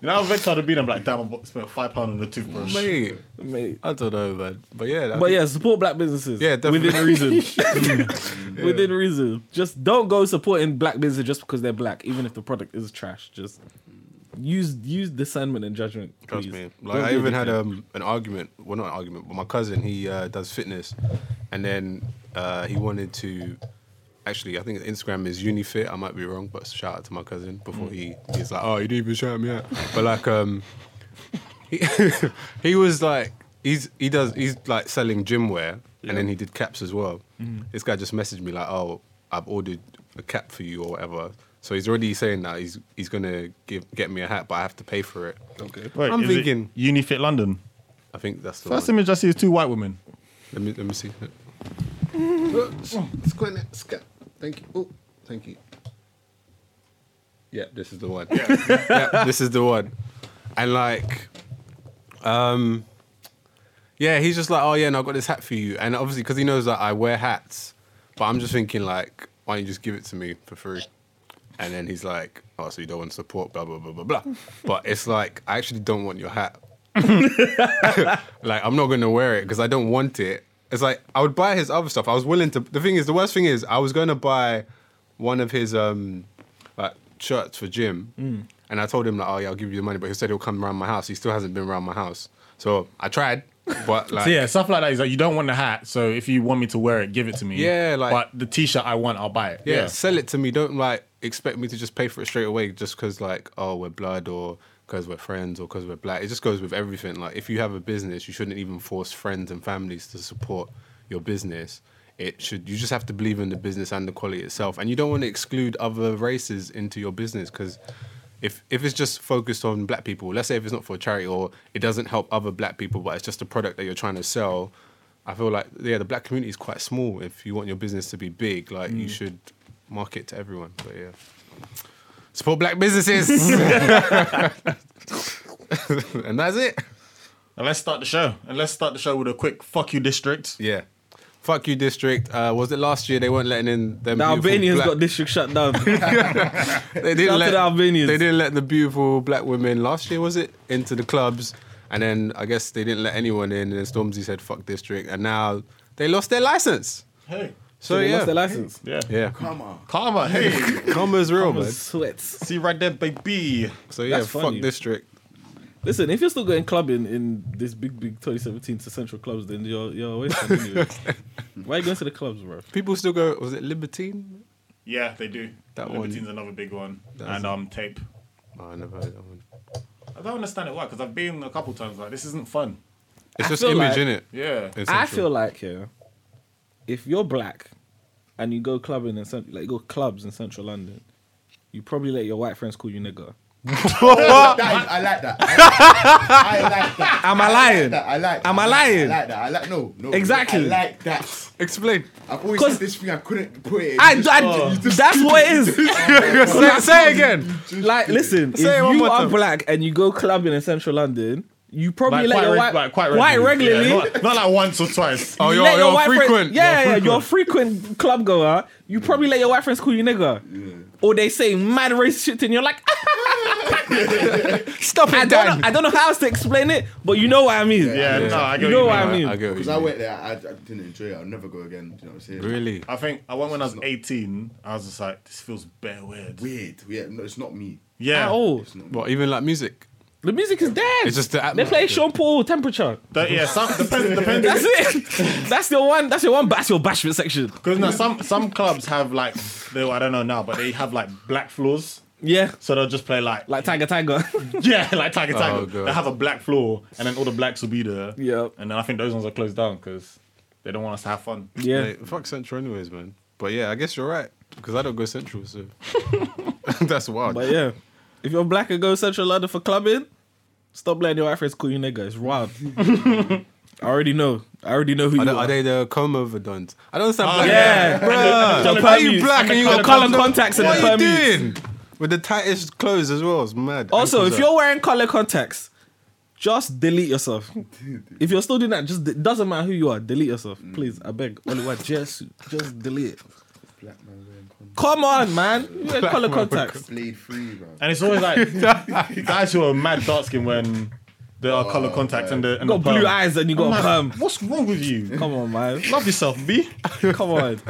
[SPEAKER 1] Now Vex are the bean. I'm like, damn, I spent five pounds on the toothbrush.
[SPEAKER 3] mate.
[SPEAKER 2] Mate.
[SPEAKER 3] I don't know, man. But yeah, that,
[SPEAKER 2] But yeah, support black businesses.
[SPEAKER 3] Yeah, definitely.
[SPEAKER 2] Within reason. Within reason. Just don't go supporting black businesses just because they're black, even if the product is trash. Just use use discernment and judgment.
[SPEAKER 3] Trust
[SPEAKER 2] please.
[SPEAKER 3] me.
[SPEAKER 2] Don't
[SPEAKER 3] Like I
[SPEAKER 2] be a
[SPEAKER 3] even had
[SPEAKER 2] dickhead.
[SPEAKER 3] um, an argument. Well, not an argument, but my cousin he uh, does fitness, and then uh, he wanted to. Actually, I think Instagram is UniFit. I might be wrong, but shout out to my cousin before he he's like, oh, you didn't even shout me out. But like, um, he, he was like, he's he does he's like selling gym wear, and then he did caps as well. This guy just messaged me like, oh, I've ordered a cap for you or whatever. So he's already saying that he's he's gonna give get me a hat, but I have to pay for it.
[SPEAKER 2] Okay.
[SPEAKER 1] Wait,
[SPEAKER 3] I'm
[SPEAKER 1] is it
[SPEAKER 3] thinking-
[SPEAKER 1] UniFit London.
[SPEAKER 3] I think that's the
[SPEAKER 1] First
[SPEAKER 3] one.
[SPEAKER 1] image I see is two white women.
[SPEAKER 3] Let me let me see. Thank you. Oh, thank you. Yeah, this is the one. Yeah. this is the one. And like, um, yeah, he's just like, oh yeah, and no, I got this hat for you, and obviously because he knows that I wear hats, but I'm just thinking like, why don't you just give it to me for free? And then he's like, oh, so you don't want support, blah blah blah blah blah. But it's like I actually don't want your hat. Like I'm not gonna wear it because I don't want it. It's like I would buy his other stuff. I was willing to. The thing is, the worst thing is, I was gonna buy one of his um like shirts for gym,
[SPEAKER 1] Mm.
[SPEAKER 3] and I told him like, oh yeah, I'll give you the money, but he said he'll come around my house. He still hasn't been around my house, so I tried, but like
[SPEAKER 1] So yeah, stuff like that is like you don't want the hat, so if you want me to wear it, give it to me.
[SPEAKER 3] Yeah, like-
[SPEAKER 1] but the t-shirt I want, I'll buy it.
[SPEAKER 3] yeah, sell it to me. Don't like expect me to just pay for it straight away just because like oh we're blood or because we're friends or because we're black. It just goes with everything. Like if you have a business, you shouldn't even force friends and families to support your business. It should you just have to believe in the business and the quality itself, and you don't want to exclude other races into your business because. If, if it's just focused on black people, let's say if it's not for charity or it doesn't help other black people, but it's just a product that you're trying to sell, I feel like yeah, the black community is quite small. If you want your business to be big, like
[SPEAKER 2] Mm.
[SPEAKER 3] you should market to everyone. But yeah, support black businesses, and that's it.
[SPEAKER 1] And let's start the show. And let's start the show with a quick fuck you district.
[SPEAKER 3] Yeah, fuck you, district. Uh, was it last year they weren't letting in them?
[SPEAKER 2] The
[SPEAKER 3] beautiful
[SPEAKER 2] Albanians
[SPEAKER 3] black-
[SPEAKER 2] got district shut down.
[SPEAKER 3] They
[SPEAKER 2] Shout
[SPEAKER 3] didn't
[SPEAKER 2] out
[SPEAKER 3] let
[SPEAKER 2] to the Albanians.
[SPEAKER 3] They didn't let the beautiful black women last year, was it, into the clubs And then I guess they didn't let anyone in, and then Stormzy said "fuck district," and now they lost their license.
[SPEAKER 1] Hey.
[SPEAKER 3] So,
[SPEAKER 2] they
[SPEAKER 3] yeah,
[SPEAKER 2] lost their license.
[SPEAKER 1] Yeah.
[SPEAKER 3] yeah,
[SPEAKER 4] Come on.
[SPEAKER 1] Karma, hey.
[SPEAKER 3] karma's real, man.
[SPEAKER 2] Sweats.
[SPEAKER 1] See right there, baby.
[SPEAKER 3] So yeah,
[SPEAKER 2] That's
[SPEAKER 3] fuck
[SPEAKER 2] funny.
[SPEAKER 3] district.
[SPEAKER 2] Listen, if you're still going clubbing in this big, big 2017 to central clubs, then you're you're a waste. Anyway. Why are you going to the clubs, bro?
[SPEAKER 3] People still go. Was it Libertine?
[SPEAKER 1] Yeah, they do.
[SPEAKER 3] That one-
[SPEAKER 1] Libertine's another big one.
[SPEAKER 3] That's-
[SPEAKER 1] and um, tape.
[SPEAKER 3] Oh, I never heard that one.
[SPEAKER 1] I don't understand it why, because I've been a couple times like, this isn't fun.
[SPEAKER 3] It's
[SPEAKER 2] I
[SPEAKER 3] just
[SPEAKER 2] feel
[SPEAKER 3] image,
[SPEAKER 2] like-
[SPEAKER 3] innit?
[SPEAKER 1] Yeah.
[SPEAKER 3] It's
[SPEAKER 2] I
[SPEAKER 3] central.
[SPEAKER 2] feel like yeah, if you're black and you go clubbing in cent- like you go clubs in central London, you probably let your white friends call you nigger.
[SPEAKER 4] That is, I like that. I like that.
[SPEAKER 2] Am I
[SPEAKER 4] I like
[SPEAKER 2] lying?
[SPEAKER 4] that. I like that.
[SPEAKER 2] Am I lying?
[SPEAKER 4] I like that. I like no, no.
[SPEAKER 2] Exactly.
[SPEAKER 4] I like that.
[SPEAKER 3] Explain.
[SPEAKER 4] I've always
[SPEAKER 2] 'Cause-
[SPEAKER 4] said this thing. I couldn't put it. in.
[SPEAKER 2] I,
[SPEAKER 4] Just-
[SPEAKER 2] I-
[SPEAKER 4] you just-
[SPEAKER 2] that's what it is.
[SPEAKER 3] say, say again.
[SPEAKER 4] just-
[SPEAKER 2] Like, listen, if
[SPEAKER 3] Say it one
[SPEAKER 2] you
[SPEAKER 3] more
[SPEAKER 2] are
[SPEAKER 3] time.
[SPEAKER 2] black and you go clubbing in central London, you probably
[SPEAKER 1] Like,
[SPEAKER 2] let
[SPEAKER 1] quite,
[SPEAKER 2] your
[SPEAKER 1] reg-
[SPEAKER 2] white,
[SPEAKER 1] like, quite
[SPEAKER 2] white
[SPEAKER 1] regularly.
[SPEAKER 2] regularly.
[SPEAKER 1] Yeah, not, not like once or twice.
[SPEAKER 3] Oh,
[SPEAKER 2] you
[SPEAKER 3] you're,
[SPEAKER 2] let
[SPEAKER 3] you're,
[SPEAKER 2] white friend-
[SPEAKER 3] frequent.
[SPEAKER 2] yeah,
[SPEAKER 3] You're
[SPEAKER 2] yeah, you're a frequent club goer. You probably let your white friends call you nigger. Or they say mad racist shit to you, and you're like,
[SPEAKER 3] Stop
[SPEAKER 2] I
[SPEAKER 3] it,
[SPEAKER 2] don't,
[SPEAKER 3] Dan.
[SPEAKER 2] know, I don't know how else to explain it, but you know what I mean.
[SPEAKER 1] Yeah, no, I get
[SPEAKER 2] You
[SPEAKER 1] what
[SPEAKER 2] know
[SPEAKER 1] you
[SPEAKER 2] what
[SPEAKER 1] mean.
[SPEAKER 2] I mean?
[SPEAKER 3] I get what
[SPEAKER 4] Because
[SPEAKER 3] you
[SPEAKER 4] I
[SPEAKER 3] mean.
[SPEAKER 4] went there, I, I didn't enjoy it. I'll never go again. Do you know what I'm saying?
[SPEAKER 3] Really?
[SPEAKER 1] I think I went when I was 18. I was just like, this feels bare weird.
[SPEAKER 4] Weird. Yeah, no, it's not me.
[SPEAKER 1] Yeah.
[SPEAKER 2] At all.
[SPEAKER 3] What? Even like music?
[SPEAKER 2] The music is dead.
[SPEAKER 3] It's just the
[SPEAKER 2] they play
[SPEAKER 3] atmosphere.
[SPEAKER 2] Sean Paul temperature.
[SPEAKER 1] That- yeah, some, depends, depends,
[SPEAKER 2] That's it. that's your one. That's your one. That's your bashment section.
[SPEAKER 1] Because now some some clubs have like they, I don't know now, but they have like black floors,
[SPEAKER 2] Yeah,
[SPEAKER 1] so they'll just play like
[SPEAKER 2] like Tiger Tiger.
[SPEAKER 1] yeah, like Tiger Tiger.
[SPEAKER 3] Oh, God.
[SPEAKER 1] they have a black floor, and then all the blacks will be there.
[SPEAKER 2] Yep.
[SPEAKER 1] And then I think those ones are closed down because they don't want us to have fun.
[SPEAKER 2] yeah.
[SPEAKER 3] Like, fuck Central, anyways, man. But yeah, I guess you're right because I don't go Central, so that's wild.
[SPEAKER 2] But yeah, if you're black and go to Central London for clubbing, stop letting your white friends call you nigga. It's wild. I already know. I already know who
[SPEAKER 3] Are
[SPEAKER 2] you
[SPEAKER 3] they,
[SPEAKER 2] are.
[SPEAKER 3] are they the comb over dons? I don't understand. black
[SPEAKER 2] Ah, yeah, bruh.
[SPEAKER 3] Why are you black and you got
[SPEAKER 2] color
[SPEAKER 3] contacts?
[SPEAKER 2] contacts and
[SPEAKER 3] What
[SPEAKER 2] the
[SPEAKER 3] are you
[SPEAKER 2] permies.
[SPEAKER 3] doing? With the tightest clothes as well, it's mad.
[SPEAKER 2] Also,
[SPEAKER 3] Ankles
[SPEAKER 2] if
[SPEAKER 3] up.
[SPEAKER 2] you're wearing color contacts, just delete yourself. If you're still doing that, just it doesn't matter who you are. Delete yourself,
[SPEAKER 3] Mm.
[SPEAKER 2] please. I beg. Only one. Just, just delete. it.
[SPEAKER 4] Black man wearing con-
[SPEAKER 2] Come on, man. You wear color contacts.
[SPEAKER 4] Blade free, bro.
[SPEAKER 1] And it's always like guys who are mad dark skin when there are color contacts and the and
[SPEAKER 2] You got
[SPEAKER 1] the perm.
[SPEAKER 2] blue eyes and you got a
[SPEAKER 1] I'm
[SPEAKER 2] perm.
[SPEAKER 1] like, What's wrong with you?
[SPEAKER 2] Come on, man.
[SPEAKER 1] Love yourself, B.
[SPEAKER 2] Come on.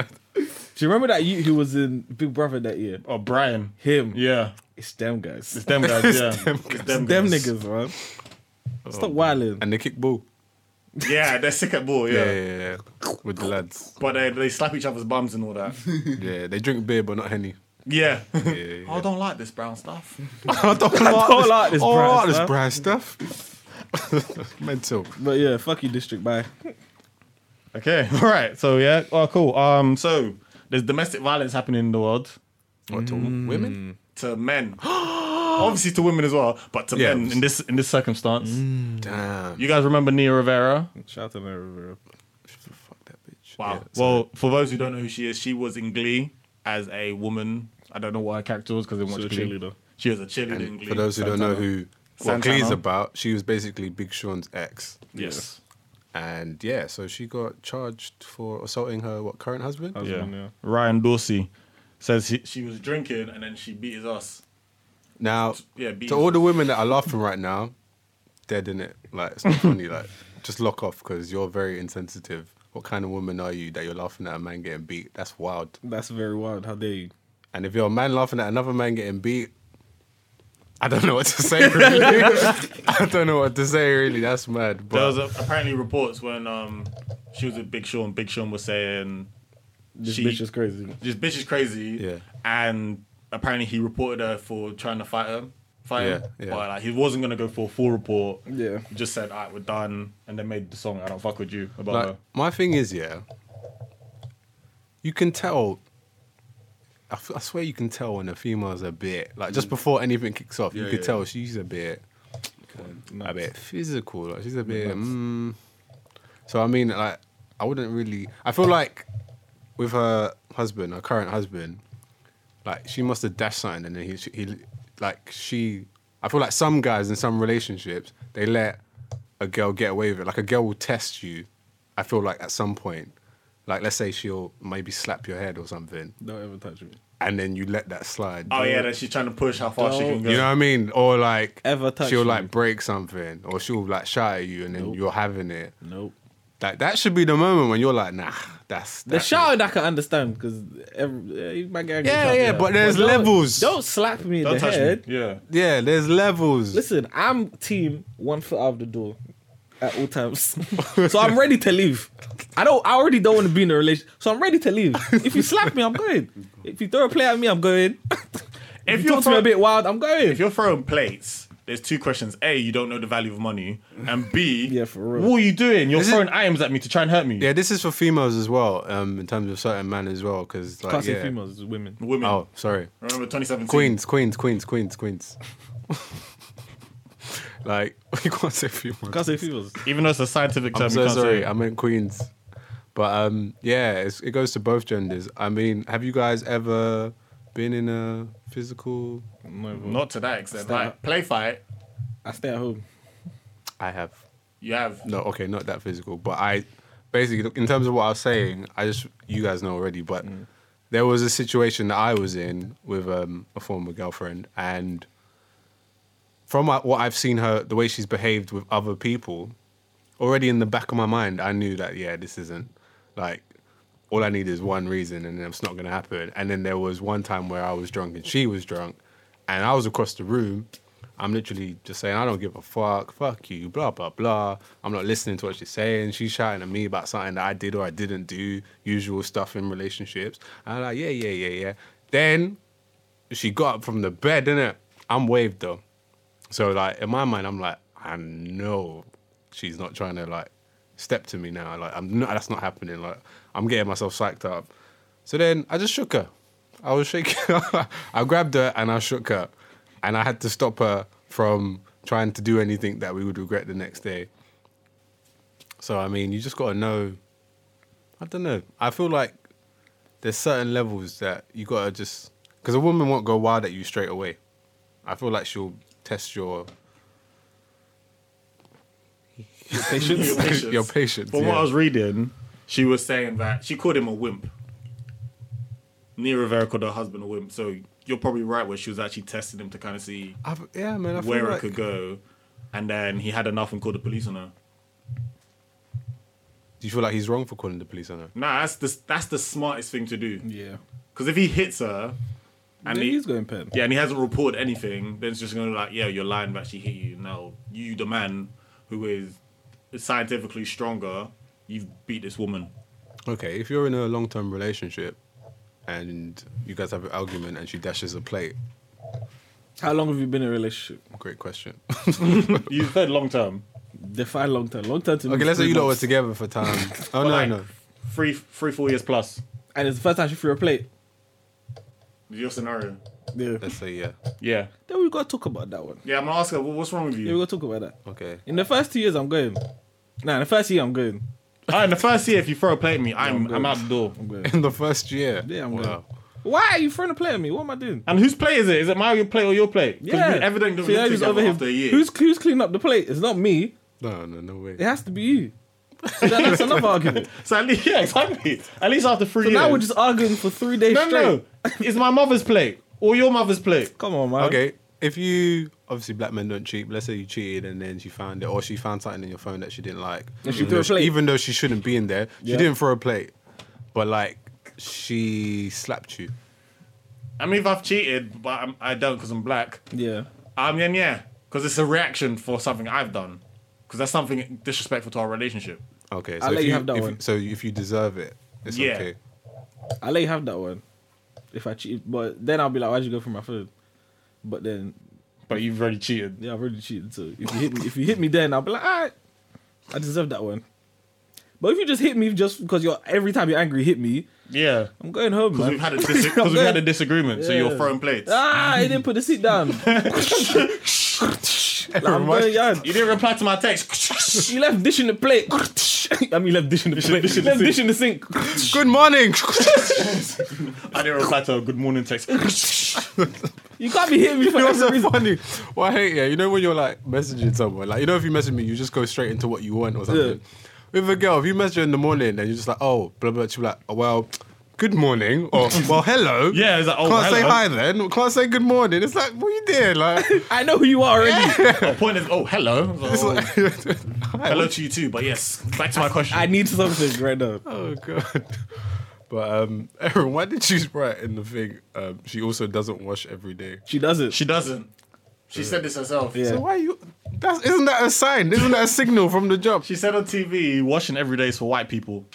[SPEAKER 2] Do you remember that you who was in Big Brother that year?
[SPEAKER 1] Or Oh, Brian.
[SPEAKER 2] Him.
[SPEAKER 1] Yeah,
[SPEAKER 2] It's them guys.
[SPEAKER 1] it's them guys. Yeah, it's them,
[SPEAKER 2] Them
[SPEAKER 1] guys.
[SPEAKER 2] niggas, man. Stop wilding.
[SPEAKER 3] and they kick ball.
[SPEAKER 1] Yeah, they're sick at ball.
[SPEAKER 3] Yeah,
[SPEAKER 1] Yeah,
[SPEAKER 3] yeah, yeah, yeah. With the lads.
[SPEAKER 1] but they they slap each other's bums and all that.
[SPEAKER 3] Yeah, they drink beer but not henny.
[SPEAKER 1] Yeah.
[SPEAKER 3] Yeah, yeah.
[SPEAKER 1] I don't like this brown stuff.
[SPEAKER 3] I don't
[SPEAKER 2] don't like this
[SPEAKER 3] I don't
[SPEAKER 2] brass
[SPEAKER 3] like this brass Oh, stuff. Mental.
[SPEAKER 2] But yeah, fuck you, District. Bye.
[SPEAKER 1] Okay. All right. So yeah. Oh, cool. Um. So there's domestic violence happening in the world
[SPEAKER 3] What to women?
[SPEAKER 1] to men, obviously to women as well, but to
[SPEAKER 3] Yeah.
[SPEAKER 1] men in this in this circumstance.
[SPEAKER 2] Mm.
[SPEAKER 3] Damn.
[SPEAKER 1] You guys remember Nia Rivera?
[SPEAKER 2] Shout out to Mary Rivera.
[SPEAKER 3] Fuck that bitch.
[SPEAKER 1] Wow.
[SPEAKER 3] Yeah.
[SPEAKER 1] well, for those who don't know who she is, she was in Glee as a woman. I don't know what her character was because I didn't
[SPEAKER 2] She's
[SPEAKER 1] watch
[SPEAKER 2] a
[SPEAKER 1] Glee.
[SPEAKER 2] cheerleader.
[SPEAKER 1] She was a cheerleader in
[SPEAKER 3] And
[SPEAKER 1] Glee.
[SPEAKER 3] for those who don't know who what
[SPEAKER 1] Santana.
[SPEAKER 3] Glee's about, she was basically Big Sean's ex.
[SPEAKER 1] Yes.
[SPEAKER 3] And yeah, so she got charged for assaulting her what current husband?
[SPEAKER 2] Husband.
[SPEAKER 1] Yeah.
[SPEAKER 2] Yeah.
[SPEAKER 1] Ryan Dorsey says he, she was drinking and then she beat his ass.
[SPEAKER 3] Now,
[SPEAKER 1] Yeah, beat
[SPEAKER 3] to
[SPEAKER 1] his
[SPEAKER 3] all the women that are laughing right now, dead in it. Like it's not funny. Like just lock off because you're very insensitive. What kind of woman are you that you're laughing at a man getting beat? That's wild.
[SPEAKER 2] That's very wild. How dare you?
[SPEAKER 3] And if you're a man laughing at another man getting beat, I don't know what to say. Really. I don't know what to say. Really, that's mad. But
[SPEAKER 1] There was a, apparently reports when um she was with Big Sean. Big Sean was saying
[SPEAKER 2] This
[SPEAKER 1] She-
[SPEAKER 2] bitch is crazy.
[SPEAKER 1] this bitch is crazy.
[SPEAKER 3] Yeah.
[SPEAKER 1] And apparently he reported her for trying to fight her. Fight him.
[SPEAKER 3] Yeah, yeah.
[SPEAKER 1] But like he wasn't gonna go for a full report.
[SPEAKER 2] Yeah.
[SPEAKER 1] He just said, Alright, we're done and then made the song I don't fuck with you about
[SPEAKER 3] Like
[SPEAKER 1] her.
[SPEAKER 3] my thing is, yeah, you can tell. I, f- I swear you can tell when a female's a bit like just before anything kicks off, you
[SPEAKER 4] Mm. Yeah,
[SPEAKER 3] could
[SPEAKER 4] yeah,
[SPEAKER 3] tell
[SPEAKER 4] yeah.
[SPEAKER 3] she's a bit,
[SPEAKER 2] Nuts.
[SPEAKER 3] a bit physical. Like she's a bit. Mm, so I mean, like I wouldn't really. I feel like with her husband, her current husband, like she must have dashed something, and then he, he, like she. I feel like some guys in some relationships they let a girl get away with it. Like a girl will test you. I feel like at some point, like let's say she'll maybe slap your head or something,
[SPEAKER 2] Don't ever touch me.
[SPEAKER 3] and then you let that slide.
[SPEAKER 1] Oh yeah, that she's trying to push how far she can go.
[SPEAKER 3] You know what I mean? Or like
[SPEAKER 2] Ever touch
[SPEAKER 3] she'll
[SPEAKER 2] me.
[SPEAKER 3] like break something, or she'll like shout at you, and then you're having it.
[SPEAKER 2] Nope.
[SPEAKER 3] Like that should be the moment when you're like, nah, that's
[SPEAKER 2] The
[SPEAKER 3] that's
[SPEAKER 2] shouting I can understand because you might get angry
[SPEAKER 3] Yeah,
[SPEAKER 2] shout,
[SPEAKER 3] yeah, but there's
[SPEAKER 2] don't-
[SPEAKER 3] levels.
[SPEAKER 2] Don't slap me in
[SPEAKER 1] Don't
[SPEAKER 2] the
[SPEAKER 1] touch
[SPEAKER 2] head.
[SPEAKER 1] me. Yeah.
[SPEAKER 3] Yeah, there's levels.
[SPEAKER 2] Listen, I'm team one foot out of the door at all times, so I'm ready to leave. I don't. I already don't want to be in a relation, so I'm ready to leave. If you slap me, I'm going. If you throw a play at me, I'm going. If, you
[SPEAKER 1] you're
[SPEAKER 2] talk to me a
[SPEAKER 1] from-
[SPEAKER 2] bit wild, I'm going.
[SPEAKER 1] If you're throwing plates, there's two questions: A, you don't know the value of money, and B,
[SPEAKER 2] Yeah, for real.
[SPEAKER 1] what are you doing? You're
[SPEAKER 3] This is-
[SPEAKER 1] throwing items at me to try and hurt me.
[SPEAKER 3] Yeah, this is for females as well, um, in terms of certain men as well, because like
[SPEAKER 2] Can't
[SPEAKER 3] yeah.
[SPEAKER 2] say females, it's women.
[SPEAKER 1] Women,
[SPEAKER 3] Oh, sorry.
[SPEAKER 1] remember 2017.
[SPEAKER 3] Queens, queens, queens, queens, queens. like you can't say females.
[SPEAKER 2] Can't say females.
[SPEAKER 1] Even though it's a scientific term,
[SPEAKER 3] I'm
[SPEAKER 1] you
[SPEAKER 3] so
[SPEAKER 1] can't
[SPEAKER 3] sorry.
[SPEAKER 1] say.
[SPEAKER 3] I meant queens. But um, yeah, it's, it goes to both genders. I mean, have you guys ever been in a physical?
[SPEAKER 1] Not to that extent.
[SPEAKER 2] Stop.
[SPEAKER 1] Like play fight,
[SPEAKER 2] I stay at home.
[SPEAKER 3] I have.
[SPEAKER 1] you have
[SPEAKER 3] No, okay, not that physical, but I basically, in terms of what I was saying, I just you guys know already, but there was a situation that I was in with um, a former girlfriend, and from my, what I've seen her, the way she's behaved with other people, already in the back of my mind, I knew that yeah, this isn't like all I need is one reason, and it's not gonna happen. And then there was one time where I was drunk and she was drunk, and I was across the room. I'm literally just saying I don't give a fuck, fuck you, blah blah blah. I'm not listening to what she's saying. She's shouting at me about something that I did or I didn't do, usual stuff in relationships. And I'm like, yeah, yeah, yeah, yeah. Then she got up from the bed, innit? I'm waved though. So like in my mind, I'm like, I know she's not trying to like step to me now. Like I'm not. That's not happening. Like I'm getting myself psyched up. So then I just shook her. I was shaking. I grabbed her and I shook her, and I had to stop her from trying to do anything that we would regret the next day. So I mean, you just gotta know. I don't know. I feel like there's certain levels that you gotta just because a woman won't go wild at you straight away. I feel like she'll test your
[SPEAKER 1] patience. your patience.
[SPEAKER 3] your patience.
[SPEAKER 1] From what
[SPEAKER 3] yeah.
[SPEAKER 1] I was reading, she was saying that she called him a wimp. Nia Rivera called her husband a wimp, so you're probably right where she was actually testing him to kind of see
[SPEAKER 3] I've- yeah, man. I feel
[SPEAKER 1] where
[SPEAKER 3] like,
[SPEAKER 1] it could go, and then he had enough and called the police on her.
[SPEAKER 3] Do you feel like he's wrong for calling the police on her?
[SPEAKER 1] Nah, that's the that's the smartest thing to do.
[SPEAKER 2] Yeah.
[SPEAKER 1] Because if he hits her, and
[SPEAKER 2] And
[SPEAKER 1] he,
[SPEAKER 2] he's going pen.
[SPEAKER 1] yeah, and he hasn't reported anything, then it's just gonna be like, yeah, you're lying, but she hit you. Now you, the man who is scientifically stronger, you've beat this woman.
[SPEAKER 3] Okay, if you're in a long-term relationship and you guys have an argument and she dashes a plate,
[SPEAKER 2] How long have you been in a relationship?
[SPEAKER 3] great question.
[SPEAKER 1] You said long term.
[SPEAKER 3] Oh,
[SPEAKER 2] Define long term. Long term to me.
[SPEAKER 3] okay,
[SPEAKER 2] is
[SPEAKER 3] let's say
[SPEAKER 2] three
[SPEAKER 3] you lot were
[SPEAKER 2] months.
[SPEAKER 3] together for time. Oh no,
[SPEAKER 1] like,
[SPEAKER 3] no.
[SPEAKER 1] Three, three, four years plus.
[SPEAKER 2] And it's the first time she threw a plate.
[SPEAKER 1] Your scenario.
[SPEAKER 2] Yeah.
[SPEAKER 3] Let's say yeah.
[SPEAKER 1] Yeah.
[SPEAKER 2] Then we gotta talk about that one.
[SPEAKER 1] Yeah, I'm gonna ask her, well, what's wrong with
[SPEAKER 2] Yeah, we
[SPEAKER 1] you?
[SPEAKER 2] gotta talk about that.
[SPEAKER 3] Okay.
[SPEAKER 2] In the first two years, I'm going. Nah, in the first year, I'm going.
[SPEAKER 1] Ah, in the first year, if you throw a plate at me, I'm, I'm out the door.
[SPEAKER 2] I'm going.
[SPEAKER 3] In the first year.
[SPEAKER 2] Yeah, I'm going. Why are you throwing a play at me? What am I doing?
[SPEAKER 1] And whose plate is it? Is it my plate or your plate? 'Cause
[SPEAKER 2] Yeah,
[SPEAKER 1] we evidently don't
[SPEAKER 2] See,
[SPEAKER 1] live
[SPEAKER 2] who's
[SPEAKER 1] together
[SPEAKER 2] him.
[SPEAKER 1] after a year.
[SPEAKER 2] Who's who's cleaning up the plate? It's not me.
[SPEAKER 3] No, no, no way.
[SPEAKER 2] It has to be you. So that- that's another argument.
[SPEAKER 1] So at least, yeah, exactly. At least after three
[SPEAKER 2] So
[SPEAKER 1] years.
[SPEAKER 2] now we're just arguing for three days
[SPEAKER 1] no,
[SPEAKER 2] straight.
[SPEAKER 1] no. It's my mother's plate or your mother's plate.
[SPEAKER 2] Come on, man.
[SPEAKER 3] Okay. If you obviously black men don't cheat, but let's say you cheated and then she found it, or she found something in your phone that she didn't like,
[SPEAKER 2] And she threw
[SPEAKER 3] even, though
[SPEAKER 2] a plate.
[SPEAKER 3] even though she shouldn't be in there, she
[SPEAKER 2] Yeah.
[SPEAKER 3] didn't throw a plate, but like she slapped you.
[SPEAKER 1] I mean, if I've cheated, but I'm, I don't because I'm black.
[SPEAKER 2] Yeah.
[SPEAKER 1] Um, then yeah, because it's a reaction for something I've done, because that's something disrespectful to our relationship.
[SPEAKER 3] Okay,
[SPEAKER 2] I'll let
[SPEAKER 3] if
[SPEAKER 2] you have that
[SPEAKER 3] if
[SPEAKER 2] one.
[SPEAKER 3] so if you deserve it, it's
[SPEAKER 1] Yeah.
[SPEAKER 3] okay.
[SPEAKER 2] I'll let you have that one. If I cheat, but then I'll be like, why'd you go for my phone? But then,
[SPEAKER 1] But you've already cheated.
[SPEAKER 2] yeah, I've already cheated. So if you hit me, if you hit me, then I'll be like, all right, I deserve that one. But if you just hit me just because you're every time you're angry, hit me,
[SPEAKER 1] Yeah,
[SPEAKER 2] I'm going home,
[SPEAKER 1] because
[SPEAKER 2] man.
[SPEAKER 1] we've had a dis- cause we've had a disagreement. So you're
[SPEAKER 2] Yeah.
[SPEAKER 1] throwing plates.
[SPEAKER 2] ah, he didn't put the seat down. like, I'm going yard.
[SPEAKER 1] You didn't reply to my text.
[SPEAKER 2] You left dish in the plate. I mean, left dish in the plate.
[SPEAKER 1] dish in the
[SPEAKER 2] left dish in the sink.
[SPEAKER 3] Good morning.
[SPEAKER 1] I didn't reply to a good morning text.
[SPEAKER 2] You can't be hitting me for
[SPEAKER 3] You know what's
[SPEAKER 2] every
[SPEAKER 3] so
[SPEAKER 2] reason.
[SPEAKER 3] funny? Well, I hate yeah. You know when you're like messaging someone, like you know if you message me, you just go straight into what you want or something. With a girl, if you message her in the morning and you're just like, oh, blah blah, she'll be like, oh, well, good morning or well hello.
[SPEAKER 1] Yeah, it's like, oh,
[SPEAKER 3] can't say
[SPEAKER 1] hello.
[SPEAKER 3] hi then. Can't say good morning. It's like what you did. Like
[SPEAKER 2] I know who you are already.
[SPEAKER 1] The point is, oh, hello.
[SPEAKER 3] it's
[SPEAKER 1] Oh,
[SPEAKER 3] like Hi.
[SPEAKER 1] hello to you too, but yes, back to my question.
[SPEAKER 2] I need something right now.
[SPEAKER 3] Oh god. But um, Erin, why did you write in the thing? Um, she also doesn't wash every day.
[SPEAKER 2] She does it.
[SPEAKER 1] she doesn't. She said this herself.
[SPEAKER 2] Yeah.
[SPEAKER 3] So why you? That's isn't that a sign? Isn't that a signal from the job?
[SPEAKER 1] She said on TV, washing every day is for white people.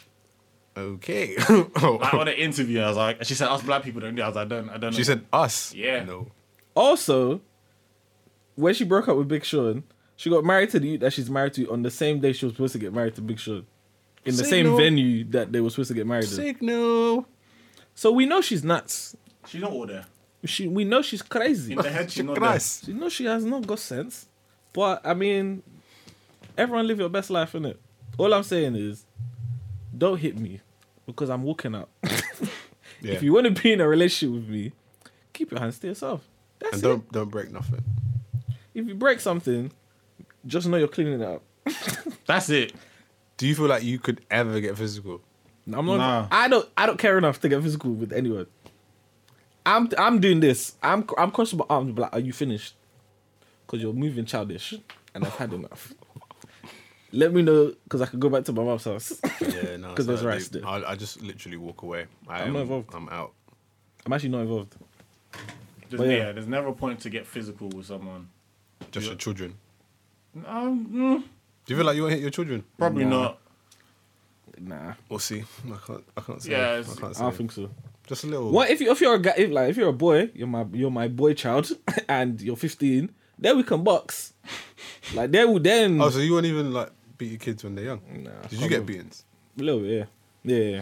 [SPEAKER 3] Okay. Oh.
[SPEAKER 1] Like on an interview, I was like, and she said, us black people don't do it. I was like, I don't, I don't know.
[SPEAKER 3] She said us.
[SPEAKER 1] Yeah.
[SPEAKER 3] No.
[SPEAKER 2] Also, when she broke up with Big Sean, she got married to the youth that she's married to on the same day she was supposed to get married to Big Sean. In the same
[SPEAKER 3] Signal.
[SPEAKER 2] venue that they were supposed to get married in.
[SPEAKER 3] Signal.
[SPEAKER 2] So we know she's nuts.
[SPEAKER 1] she's not all there.
[SPEAKER 2] She, we know she's crazy.
[SPEAKER 1] In the head, she's not there.
[SPEAKER 3] Christ.
[SPEAKER 2] You know she has not got sense. But I mean, everyone live your best life, innit? All I'm saying is, don't hit me because I'm walking out.
[SPEAKER 3] Yeah.
[SPEAKER 2] If you want to be in a relationship with me, keep your hands to yourself. That's
[SPEAKER 3] and
[SPEAKER 2] it.
[SPEAKER 3] don't don't break nothing.
[SPEAKER 2] If you break something, just know you're cleaning it up.
[SPEAKER 1] That's it.
[SPEAKER 3] Do you feel like you could ever get physical?
[SPEAKER 2] I'm not.
[SPEAKER 1] Nah.
[SPEAKER 2] I don't. I don't care enough to get physical with anyone. I'm. I'm doing this. I'm. I'm crossing my arms. But like, are you finished? Because you're moving childish, and I've had enough. Let me know because I could go back to my mom's house.
[SPEAKER 3] Yeah, no.
[SPEAKER 2] 'Cause
[SPEAKER 3] so
[SPEAKER 2] there's
[SPEAKER 3] I
[SPEAKER 2] rice
[SPEAKER 3] do-
[SPEAKER 2] there.
[SPEAKER 3] I, I just literally walk away. I
[SPEAKER 2] I'm
[SPEAKER 3] am,
[SPEAKER 2] not involved.
[SPEAKER 3] I'm out.
[SPEAKER 2] I'm actually not involved.
[SPEAKER 1] There's,
[SPEAKER 2] But
[SPEAKER 1] yeah.
[SPEAKER 2] yeah.
[SPEAKER 1] there's never a point to get physical with someone.
[SPEAKER 3] Just your children.
[SPEAKER 1] Um, mm,
[SPEAKER 3] Do you feel like you want to hit your children?
[SPEAKER 1] probably
[SPEAKER 2] Nah.
[SPEAKER 1] not.
[SPEAKER 2] Nah,
[SPEAKER 3] We'll see. I can't. I can't say.
[SPEAKER 1] Yeah,
[SPEAKER 3] I
[SPEAKER 1] it's-
[SPEAKER 3] can't
[SPEAKER 2] I don't
[SPEAKER 3] say.
[SPEAKER 2] think so.
[SPEAKER 3] Just a little.
[SPEAKER 2] What if you if you're a guy if like if you're a boy, you're my you're my boy child, and you're 15. Then we can box. Like they will then.
[SPEAKER 3] Oh, so you won't even like beat your kids when they're young?
[SPEAKER 2] Nah,
[SPEAKER 3] Did you
[SPEAKER 2] probably.
[SPEAKER 3] get beatings?
[SPEAKER 2] A little bit, yeah. Yeah, yeah.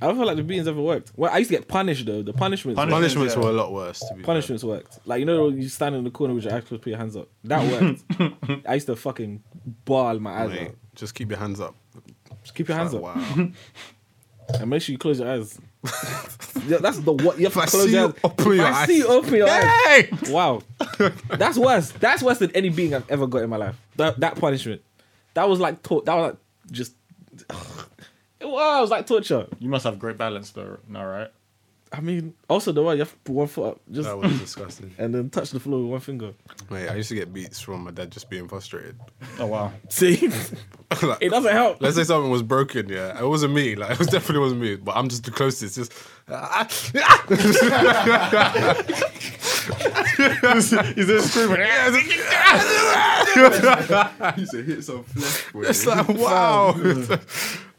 [SPEAKER 2] I don't feel like the beatings ever worked. Well, I used to get punished though. The punishments,
[SPEAKER 1] Punish-
[SPEAKER 2] worked.
[SPEAKER 3] Punishments
[SPEAKER 1] yeah.
[SPEAKER 3] were a lot worse. To be fair.
[SPEAKER 2] punishments worked. Like you know, you stand in the corner with your eyes closed, put your hands up. That worked. I used to fucking bawl my eyes
[SPEAKER 3] Mate,
[SPEAKER 2] out.
[SPEAKER 3] just keep your hands up.
[SPEAKER 2] Just keep your hands up
[SPEAKER 3] Like, Wow.
[SPEAKER 2] and make sure you close your eyes. yeah, that's the what you have
[SPEAKER 3] if
[SPEAKER 2] to
[SPEAKER 3] I
[SPEAKER 2] close
[SPEAKER 3] see
[SPEAKER 2] your eyes.
[SPEAKER 3] you open
[SPEAKER 2] If
[SPEAKER 3] your
[SPEAKER 2] I
[SPEAKER 3] eyes.
[SPEAKER 2] see you open your eyes.
[SPEAKER 3] Hey!
[SPEAKER 2] Wow, that's worse. That's worse than any beating I've ever got in my life. That that punishment, that was like tor- that was like just. It was like torture.
[SPEAKER 1] You must have great balance though, no, right?
[SPEAKER 2] I mean, also the one you have to put one foot up, just
[SPEAKER 3] That was disgusting.
[SPEAKER 2] and then touch the floor with one finger.
[SPEAKER 3] Mate, I used to get beats from my dad just being frustrated.
[SPEAKER 1] Oh wow.
[SPEAKER 2] See,
[SPEAKER 3] Like,
[SPEAKER 2] it doesn't help.
[SPEAKER 3] Let's say something was broken, yeah. It wasn't me, like it was definitely wasn't me, but I'm just the closest. Just ah, ah, ah.
[SPEAKER 1] He's just screaming.
[SPEAKER 4] You said hit some flesh. boy.
[SPEAKER 3] it's like wow.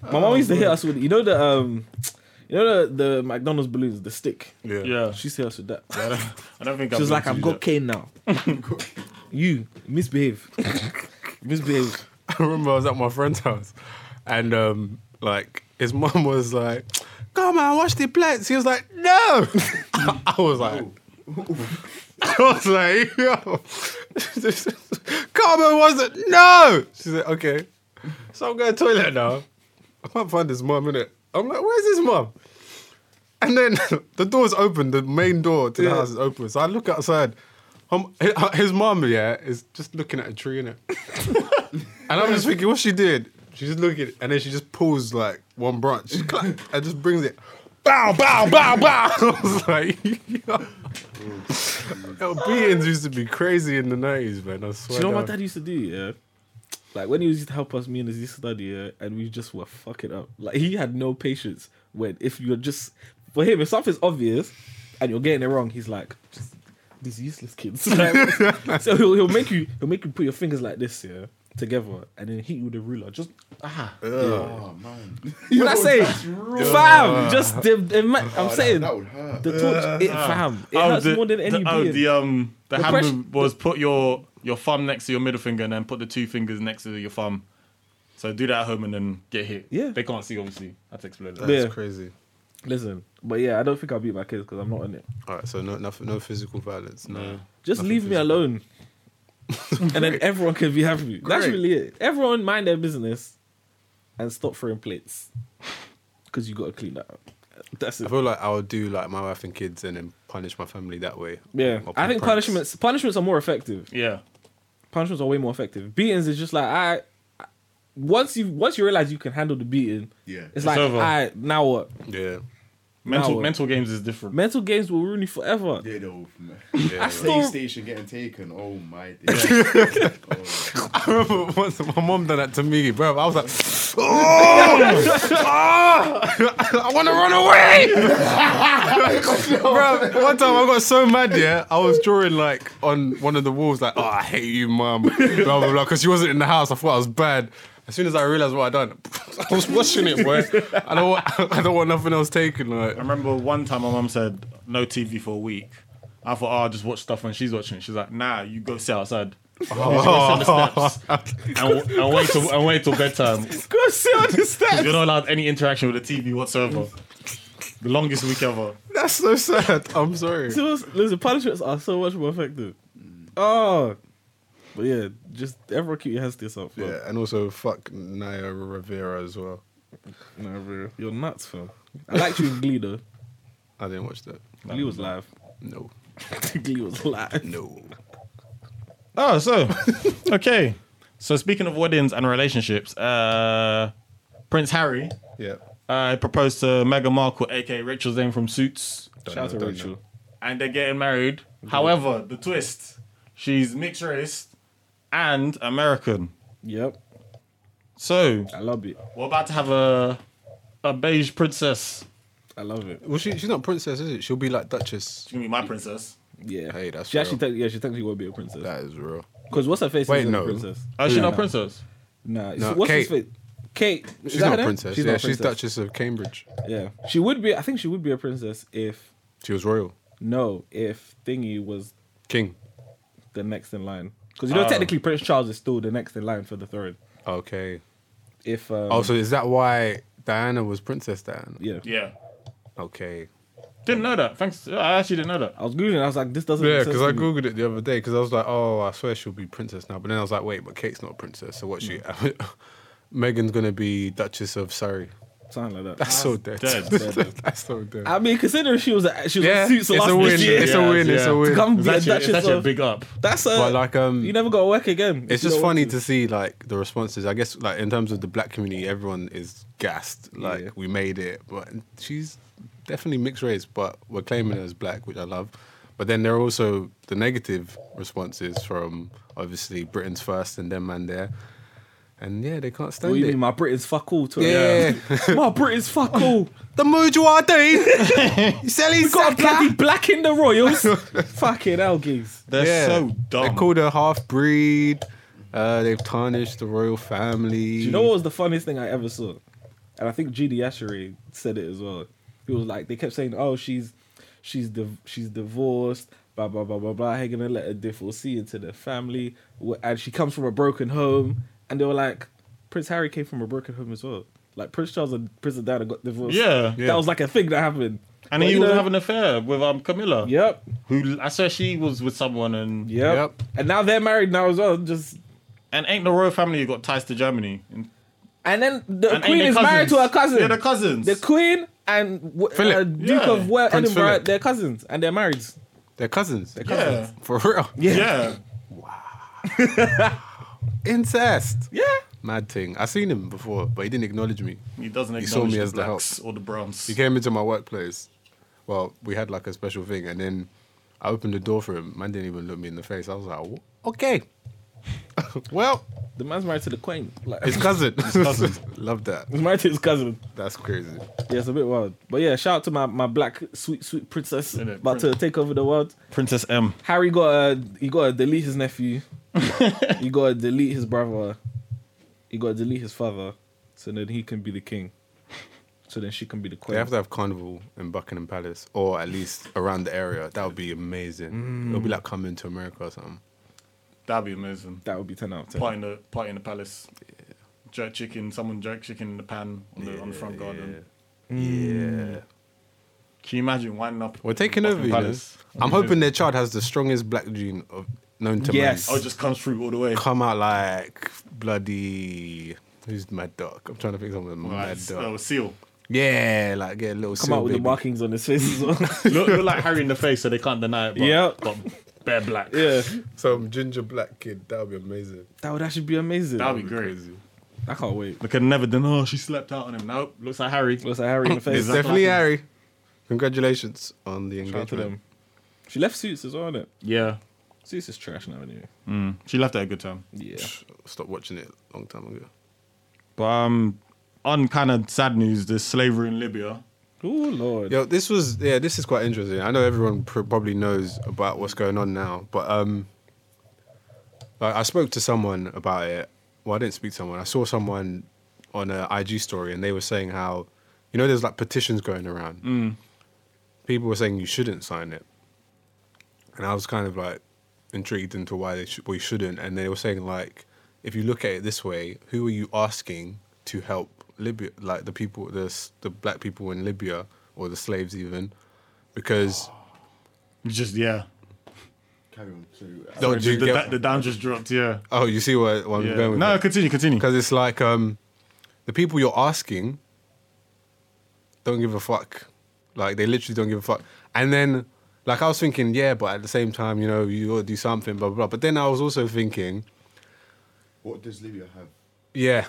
[SPEAKER 2] My mom used to hit us with you know the um, you know the, the McDonald's balloons, the stick.
[SPEAKER 1] Yeah.
[SPEAKER 2] She used to hit us with that.
[SPEAKER 1] I don't, I don't think
[SPEAKER 2] She was
[SPEAKER 1] been
[SPEAKER 2] like,
[SPEAKER 1] to
[SPEAKER 2] "I've
[SPEAKER 1] do
[SPEAKER 2] got
[SPEAKER 1] that.
[SPEAKER 2] cane now. you misbehave, misbehave."
[SPEAKER 3] I remember I was at my friend's house and um like his mum was like, Come on, wash the plates. He was like, No I was like I was like, yo Come on, was it no She said, Okay. So I'm going to the toilet now. I can't find his mum in it. I'm like, where's his mum? And then the door's open, the main door to the
[SPEAKER 2] Yeah.
[SPEAKER 3] house is open. So I look outside. Um, hi- his mum, yeah, is just looking at a tree in it. And I'm just thinking, what she did? She just looking, and then she just pulls like one branch clack, and just brings it. Bow, bow, bow, bow. I was like, yo. Yo, beatings used to be crazy in the 90s, man. I
[SPEAKER 2] Do
[SPEAKER 3] swear.
[SPEAKER 2] you know what my
[SPEAKER 3] down.
[SPEAKER 2] dad used to do? Yeah. Like when he used to help us, me and his used to study, yeah, and we just were fucking up. Like he had no patience when if you're just for him, if something's obvious and you're getting it wrong, he's like, just, these useless kids. Like, so he'll, he'll make you he'll make you put your fingers like this, yeah, together, and then hit you with a ruler. Just ah,
[SPEAKER 4] Oh man.
[SPEAKER 2] what I say, fam. Just the, the ma- I'm
[SPEAKER 4] Oh, that-
[SPEAKER 2] saying
[SPEAKER 4] that would Uh, hurt.
[SPEAKER 2] the torch, it, fam. It hurts
[SPEAKER 1] the,
[SPEAKER 2] more than any
[SPEAKER 1] the, oh,
[SPEAKER 2] beating.
[SPEAKER 1] the um the,
[SPEAKER 2] The
[SPEAKER 1] hand
[SPEAKER 2] press-
[SPEAKER 1] move was put your your thumb next to your middle finger and then put the two fingers next to your thumb. So do that at home and then get hit.
[SPEAKER 2] Yeah.
[SPEAKER 1] They can't see obviously. That's explained.
[SPEAKER 3] That's
[SPEAKER 2] Yeah.
[SPEAKER 3] crazy.
[SPEAKER 2] Listen, but yeah, I don't think I'll beat my kids because I'm not on it.
[SPEAKER 3] All right, so no, no, no physical violence. No.
[SPEAKER 2] Just
[SPEAKER 3] Nothing
[SPEAKER 2] leave me
[SPEAKER 3] physical.
[SPEAKER 2] alone. and then everyone can be happy. That's
[SPEAKER 3] Great.
[SPEAKER 2] really it. Everyone mind their business and stop throwing plates. Because you got to clean that up. That's
[SPEAKER 3] I
[SPEAKER 2] it.
[SPEAKER 3] feel like I'll do like my wife and kids and then punish my family that way.
[SPEAKER 2] Yeah.
[SPEAKER 3] Or
[SPEAKER 2] I think
[SPEAKER 3] pranks.
[SPEAKER 2] punishments punishments are more effective.
[SPEAKER 1] Yeah.
[SPEAKER 2] Punishments are way more effective. Beatings is just like I once you once you realize you can handle the beating,
[SPEAKER 4] Yeah.
[SPEAKER 2] it's like
[SPEAKER 1] over.
[SPEAKER 2] I now what?
[SPEAKER 3] Yeah.
[SPEAKER 1] Mental
[SPEAKER 2] Now-
[SPEAKER 1] mental games is different.
[SPEAKER 2] Mental games will ruin you forever.
[SPEAKER 4] Did off, man.
[SPEAKER 2] still-
[SPEAKER 4] PlayStation getting taken. Oh my days. Oh,
[SPEAKER 3] I remember once my mom done that to me, bro. I was like, oh, Ah! I want to run away, bro. One time I got so mad, yeah, I was drawing like on one of the walls, like, oh, I hate you, mum, blah blah blah, because she wasn't in the house. I thought I was bad. As soon as I realized what I done, I was washing it, bro. I don't, want, I don't want nothing else taken. Like,
[SPEAKER 1] I remember one time my mum said no TV for a week. I thought, oh, I'll just watch stuff when she's watching. She's like, nah, you go sit outside. You go sit on the steps and, w- and wait till and wait till bedtime.
[SPEAKER 2] Go sit on the steps.
[SPEAKER 1] You're not allowed any interaction with the TV whatsoever. The longest week ever.
[SPEAKER 3] that's so sad. I'm sorry.
[SPEAKER 2] So, listen, punishments are so much more effective. Oh, but yeah, just everyone keep your hands to yourself. fam.
[SPEAKER 3] Yeah, and also fuck Naya Rivera as well.
[SPEAKER 2] Nah, bro. You're nuts, fam. I liked you in Glee though.
[SPEAKER 3] I didn't watch that.
[SPEAKER 2] Glee was live.
[SPEAKER 3] No,
[SPEAKER 2] Glee was live.
[SPEAKER 3] no.
[SPEAKER 1] Oh, so okay. So speaking of weddings and relationships, uh, Prince Harry
[SPEAKER 3] Yeah.
[SPEAKER 1] uh, proposed to Meghan Markle, aka Rachel's name from Suits,
[SPEAKER 3] Don't
[SPEAKER 2] Shout out
[SPEAKER 3] know,
[SPEAKER 2] to
[SPEAKER 3] don't
[SPEAKER 2] Rachel.
[SPEAKER 3] know.
[SPEAKER 1] and they're getting married. However, the twist: she's mixed race and American.
[SPEAKER 2] Yep,
[SPEAKER 1] So
[SPEAKER 2] I love it.
[SPEAKER 1] we're about to have a a beige princess.
[SPEAKER 2] I love it.
[SPEAKER 3] Well, she, she's not princess, is it? She'll be like duchess.
[SPEAKER 1] She's gonna be my princess.
[SPEAKER 2] Yeah,
[SPEAKER 3] Hey, that's
[SPEAKER 2] she actually.
[SPEAKER 3] real.
[SPEAKER 2] Te- yeah, she technically won't be a princess.
[SPEAKER 3] That is real.
[SPEAKER 2] Because what's her face?
[SPEAKER 3] Wait,
[SPEAKER 2] is a
[SPEAKER 3] no.
[SPEAKER 2] princess.
[SPEAKER 1] Oh, she's
[SPEAKER 2] Yeah.
[SPEAKER 1] not a princess.
[SPEAKER 2] Nah,
[SPEAKER 3] No,
[SPEAKER 2] what's Kate.
[SPEAKER 3] Kate.
[SPEAKER 2] face? Kate. Is
[SPEAKER 3] She's
[SPEAKER 2] that her
[SPEAKER 3] not
[SPEAKER 2] name?
[SPEAKER 3] princess.
[SPEAKER 2] She's
[SPEAKER 3] yeah,
[SPEAKER 2] not a
[SPEAKER 3] she's
[SPEAKER 2] princess.
[SPEAKER 3] Duchess of Cambridge.
[SPEAKER 2] Yeah, she would be. I think she would be a princess if
[SPEAKER 3] She was royal.
[SPEAKER 2] no, if Thingy was
[SPEAKER 3] King.
[SPEAKER 2] the next in line. Because you know,
[SPEAKER 1] Oh.
[SPEAKER 2] technically, Prince Charles is still the next in line for the throne.
[SPEAKER 3] Okay.
[SPEAKER 2] If um,
[SPEAKER 3] Oh, so is that why Diana was Princess Diana?
[SPEAKER 2] yeah.
[SPEAKER 1] Yeah,
[SPEAKER 3] Okay.
[SPEAKER 1] didn't know that. Thanks, I actually didn't know that.
[SPEAKER 2] I was googling. I was like, this doesn't.
[SPEAKER 3] Yeah,
[SPEAKER 2] make sense
[SPEAKER 3] because I
[SPEAKER 2] to me.
[SPEAKER 3] googled it the other day because I was like, oh, I swear she'll be princess now. But then I was like, wait, but Kate's not a princess. So what's she?
[SPEAKER 2] Mm.
[SPEAKER 3] Megan's gonna be Duchess of Surrey.
[SPEAKER 2] something like
[SPEAKER 3] That's
[SPEAKER 2] that.
[SPEAKER 3] so dead.
[SPEAKER 1] dead.
[SPEAKER 3] That's so dead.
[SPEAKER 2] I mean, considering she was a, she was
[SPEAKER 3] yeah,
[SPEAKER 2] a suits
[SPEAKER 3] it's
[SPEAKER 2] last
[SPEAKER 3] a win.
[SPEAKER 2] year.
[SPEAKER 3] It's a win. It's
[SPEAKER 1] Yeah.
[SPEAKER 3] a win.
[SPEAKER 2] Come
[SPEAKER 1] It's
[SPEAKER 2] be a
[SPEAKER 1] actually, it's
[SPEAKER 2] duchess
[SPEAKER 1] actually a
[SPEAKER 2] of-
[SPEAKER 1] big up.
[SPEAKER 2] That's a
[SPEAKER 3] But like um,
[SPEAKER 2] you never got to work again.
[SPEAKER 3] It's
[SPEAKER 2] You
[SPEAKER 3] just
[SPEAKER 2] don't want
[SPEAKER 3] funny to see like the responses. I guess like in terms of the black community, everyone is gassed. Like
[SPEAKER 2] Yeah.
[SPEAKER 3] we made it, but she's definitely mixed race, but we're claiming her as black, which I love. But then there are also the negative responses from obviously Britain's first and them man there, and yeah, they can't stand
[SPEAKER 2] What do you
[SPEAKER 3] it.
[SPEAKER 2] mean, my Britain's fuck all to
[SPEAKER 3] Yeah.
[SPEAKER 2] her? my Britain's fuck all.
[SPEAKER 3] the Mujawadi selling
[SPEAKER 2] We got a bloody black in the Royals. Fucking hell, gigs.
[SPEAKER 1] They're so dumb.
[SPEAKER 3] They called her half breed. Uh, they've tarnished the royal family.
[SPEAKER 2] Do you know what was the funniest thing I ever saw? And I think GD Ashery said it as well. He was like, they kept saying, "Oh, she's, she's div- she's divorced, blah blah blah blah blah. They're gonna let a divorcee into the family, wh- and she comes from a broken home." And they were like, Prince Harry came from a broken home as well. Like Prince Charles and Prince Diana got divorced.
[SPEAKER 1] Yeah.
[SPEAKER 3] Yeah.
[SPEAKER 2] that was like a thing that happened.
[SPEAKER 1] And
[SPEAKER 2] But,
[SPEAKER 1] he
[SPEAKER 2] you
[SPEAKER 1] was
[SPEAKER 2] know-
[SPEAKER 1] having an affair with um Camilla.
[SPEAKER 2] Yep,
[SPEAKER 1] Who I said she was with someone and
[SPEAKER 2] yep,
[SPEAKER 3] Yep.
[SPEAKER 2] And now they're married now as well. Just
[SPEAKER 1] and ain't the royal family who got ties to Germany. And,
[SPEAKER 2] and then the
[SPEAKER 1] and
[SPEAKER 2] queen
[SPEAKER 1] ain't
[SPEAKER 2] is
[SPEAKER 1] they
[SPEAKER 2] married to her
[SPEAKER 1] cousins?
[SPEAKER 2] cousin.
[SPEAKER 1] Yeah, the cousins.
[SPEAKER 2] The Queen and w-
[SPEAKER 3] Philip.
[SPEAKER 2] uh, Duke
[SPEAKER 1] Yeah.
[SPEAKER 2] of well,
[SPEAKER 3] Prince
[SPEAKER 2] Edinburgh,
[SPEAKER 3] Philip.
[SPEAKER 2] they're cousins and they're married.
[SPEAKER 3] They're cousins. They're
[SPEAKER 1] yeah.
[SPEAKER 3] For real.
[SPEAKER 1] yeah.
[SPEAKER 3] Incest.
[SPEAKER 2] Yeah.
[SPEAKER 3] Mad thing. I seen him before, but he didn't acknowledge me.
[SPEAKER 1] He doesn't
[SPEAKER 3] He
[SPEAKER 1] acknowledge
[SPEAKER 3] saw me
[SPEAKER 1] the
[SPEAKER 3] as the
[SPEAKER 1] blacks or the browns.
[SPEAKER 3] He came into my workplace. Well, we had like a special thing, and then I opened the door for him. Man didn't even look me in the face. I was like, "Wha- okay. well,
[SPEAKER 2] The man's married to the Queen. Like,
[SPEAKER 3] his cousin.
[SPEAKER 1] cousin.
[SPEAKER 3] Love that.
[SPEAKER 2] he's married to his cousin.
[SPEAKER 3] That's crazy.
[SPEAKER 2] Yeah, it's a bit wild. But yeah, shout out to my, my black sweet sweet princess
[SPEAKER 1] Isn't it?
[SPEAKER 2] about to
[SPEAKER 1] Prince.
[SPEAKER 2] take over the world.
[SPEAKER 1] Princess M.
[SPEAKER 2] Harry got a he got to delete his nephew. he got to delete his brother. He got to delete his father, so then he can be the king. So then she can be the
[SPEAKER 3] They
[SPEAKER 2] queen.
[SPEAKER 3] have to have carnival in Buckingham Palace, or at least around the area. That would be amazing. It'll be like coming to America or something.
[SPEAKER 1] That'd be amazing.
[SPEAKER 2] that would be ten out of ten.
[SPEAKER 1] Party in the party in the palace. Jerk chicken, someone jerk chicken in the pan on the, on the front garden.
[SPEAKER 3] Yeah. yeah.
[SPEAKER 1] Can you imagine winding up?
[SPEAKER 3] We're taking
[SPEAKER 1] Mm. Buckingham
[SPEAKER 3] over. You know?
[SPEAKER 1] Palace?
[SPEAKER 3] I'm hoping their child has the strongest black gene of, known to
[SPEAKER 2] Yes.
[SPEAKER 1] Oh,
[SPEAKER 3] man.
[SPEAKER 1] it just comes through all the way.
[SPEAKER 3] Come out like bloody. Who's Mad Dog? I'm trying to think of someone
[SPEAKER 1] Like,
[SPEAKER 3] Mad
[SPEAKER 1] uh,
[SPEAKER 3] Dog.
[SPEAKER 1] seal.
[SPEAKER 3] Yeah, like get a little.
[SPEAKER 2] Come
[SPEAKER 3] seal,
[SPEAKER 2] out with
[SPEAKER 3] baby.
[SPEAKER 2] the markings on his face as well.
[SPEAKER 1] look, look like Harry in the face, so they can't deny it. But,
[SPEAKER 2] Yeah.
[SPEAKER 1] but bare black.
[SPEAKER 2] yeah,
[SPEAKER 3] Some ginger black kid. That would be amazing.
[SPEAKER 2] that would actually be amazing.
[SPEAKER 1] That'd be great.
[SPEAKER 2] I can't wait.
[SPEAKER 1] They could never deny. Oh, she slept out on him. Nope. Looks like Harry.
[SPEAKER 2] Looks like Harry in the face.
[SPEAKER 3] It's definitely
[SPEAKER 1] like-
[SPEAKER 3] Harry. Congratulations on the
[SPEAKER 5] Shout out to
[SPEAKER 3] engagement.
[SPEAKER 5] them. She left Suits as well, innit?
[SPEAKER 1] Yeah.
[SPEAKER 5] Suits is trash now, anyway.
[SPEAKER 1] Mm. She left at a good time.
[SPEAKER 5] Yeah.
[SPEAKER 3] Stopped watching it a long time ago.
[SPEAKER 1] But um, on kind of sad news, there's slavery in Libya.
[SPEAKER 5] Oh lord.
[SPEAKER 3] Yo, this was yeah, this is quite interesting. I know everyone pr- probably knows about what's going on now, but um, like I spoke to someone about it. Well, I didn't speak to someone. I saw someone on a IG story, and they were saying how, you know, there's like petitions going around. People were saying you shouldn't sign it, and I was kind of like intrigued into why they sh- we shouldn't. And they were saying like, if you look at it this way, who are you asking to help Libya? Like the people, the s- the black people in Libya or the slaves even, because
[SPEAKER 1] Just yeah.
[SPEAKER 4] Carry on. So, uh,
[SPEAKER 3] No, Oh, do
[SPEAKER 1] The,
[SPEAKER 3] you
[SPEAKER 1] the,
[SPEAKER 3] get-
[SPEAKER 1] da- the down just dropped. Yeah.
[SPEAKER 3] oh, you see where, where I'm
[SPEAKER 1] yeah.
[SPEAKER 3] going with
[SPEAKER 1] No,
[SPEAKER 3] it?
[SPEAKER 1] continue, continue.
[SPEAKER 3] because it's like um, the people you're asking don't give a fuck. Like they literally don't give a fuck. And then, like I was thinking, yeah, but at the same time, you know, you gotta do something, blah blah. blah. But then I was also thinking,
[SPEAKER 4] what does Libya have?
[SPEAKER 3] yeah,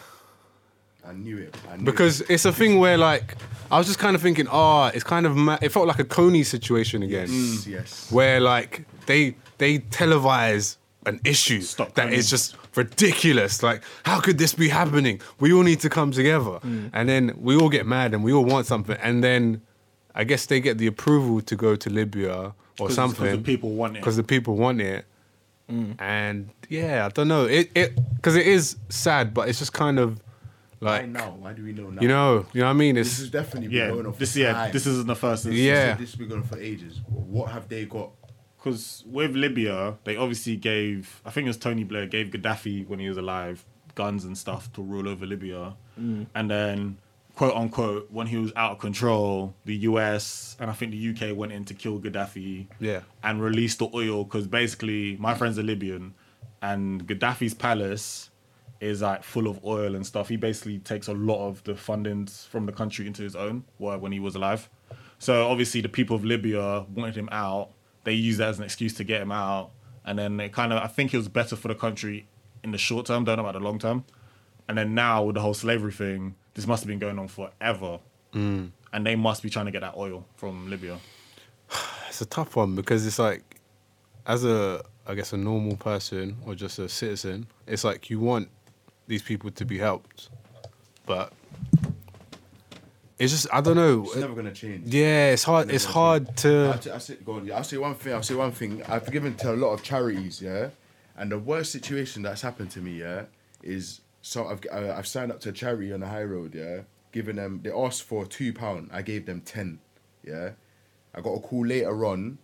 [SPEAKER 4] I knew it. I knew
[SPEAKER 3] because
[SPEAKER 4] it.
[SPEAKER 3] it's a thing where like I was just kind of thinking, ah, it's kind of ma- it felt like a Coney situation again,
[SPEAKER 4] yes, yes.
[SPEAKER 3] where like they they televise an issue
[SPEAKER 1] Stop
[SPEAKER 3] that
[SPEAKER 1] Coney.
[SPEAKER 3] is just ridiculous. Like, how could this be happening? We all need to come together, and then we all get mad and we all want something, and then I guess they get the approval to go to Libya or something
[SPEAKER 1] Because the people want it.
[SPEAKER 3] because the people want it. And yeah, I don't know. It it because it is sad, but it's just kind of
[SPEAKER 4] Why
[SPEAKER 3] like
[SPEAKER 4] now? Why do we know now?
[SPEAKER 3] you know, you know what I mean.
[SPEAKER 4] this
[SPEAKER 3] It's
[SPEAKER 4] has definitely been
[SPEAKER 1] Yeah.
[SPEAKER 4] going on for
[SPEAKER 1] This yeah.
[SPEAKER 4] time.
[SPEAKER 1] This isn't the first. Instance.
[SPEAKER 3] Yeah.
[SPEAKER 4] This has been going on for ages. What have they got?
[SPEAKER 1] because with Libya, they obviously gave, I think it was Tony Blair, gave Gaddafi when he was alive guns and stuff to rule over Libya. And then, quote unquote, when he was out of control, the US and I think the UK went in to kill Gaddafi
[SPEAKER 3] Yeah.
[SPEAKER 1] and released the oil because basically my friend's are Libyan and Gaddafi's palace is like full of oil and stuff. He basically takes a lot of the fundings from the country into his own wh- when he was alive. So obviously the people of Libya wanted him out. They used that as an excuse to get him out. And then they kind of, I think it was better for the country in the short term, don't know about the long term. And then now with the whole slavery thing, this must have been going on forever. And they must be trying to get that oil from Libya.
[SPEAKER 3] it's a tough one because it's like as a I guess a normal person or just a citizen, it's like you want these people to be helped, but it's just I don't know.
[SPEAKER 4] It's never gonna change.
[SPEAKER 3] yeah, it's hard. It's hard
[SPEAKER 4] I'll,
[SPEAKER 3] to.
[SPEAKER 4] t- I'll, say, go on, yeah, I'll say one thing. I'll say one thing. I've given to a lot of charities, yeah. And the worst situation that's happened to me, yeah, is so I've uh, I've signed up to a charity on the high road, yeah. Given them, they asked for two pound. I gave them ten, yeah. I got a call later on.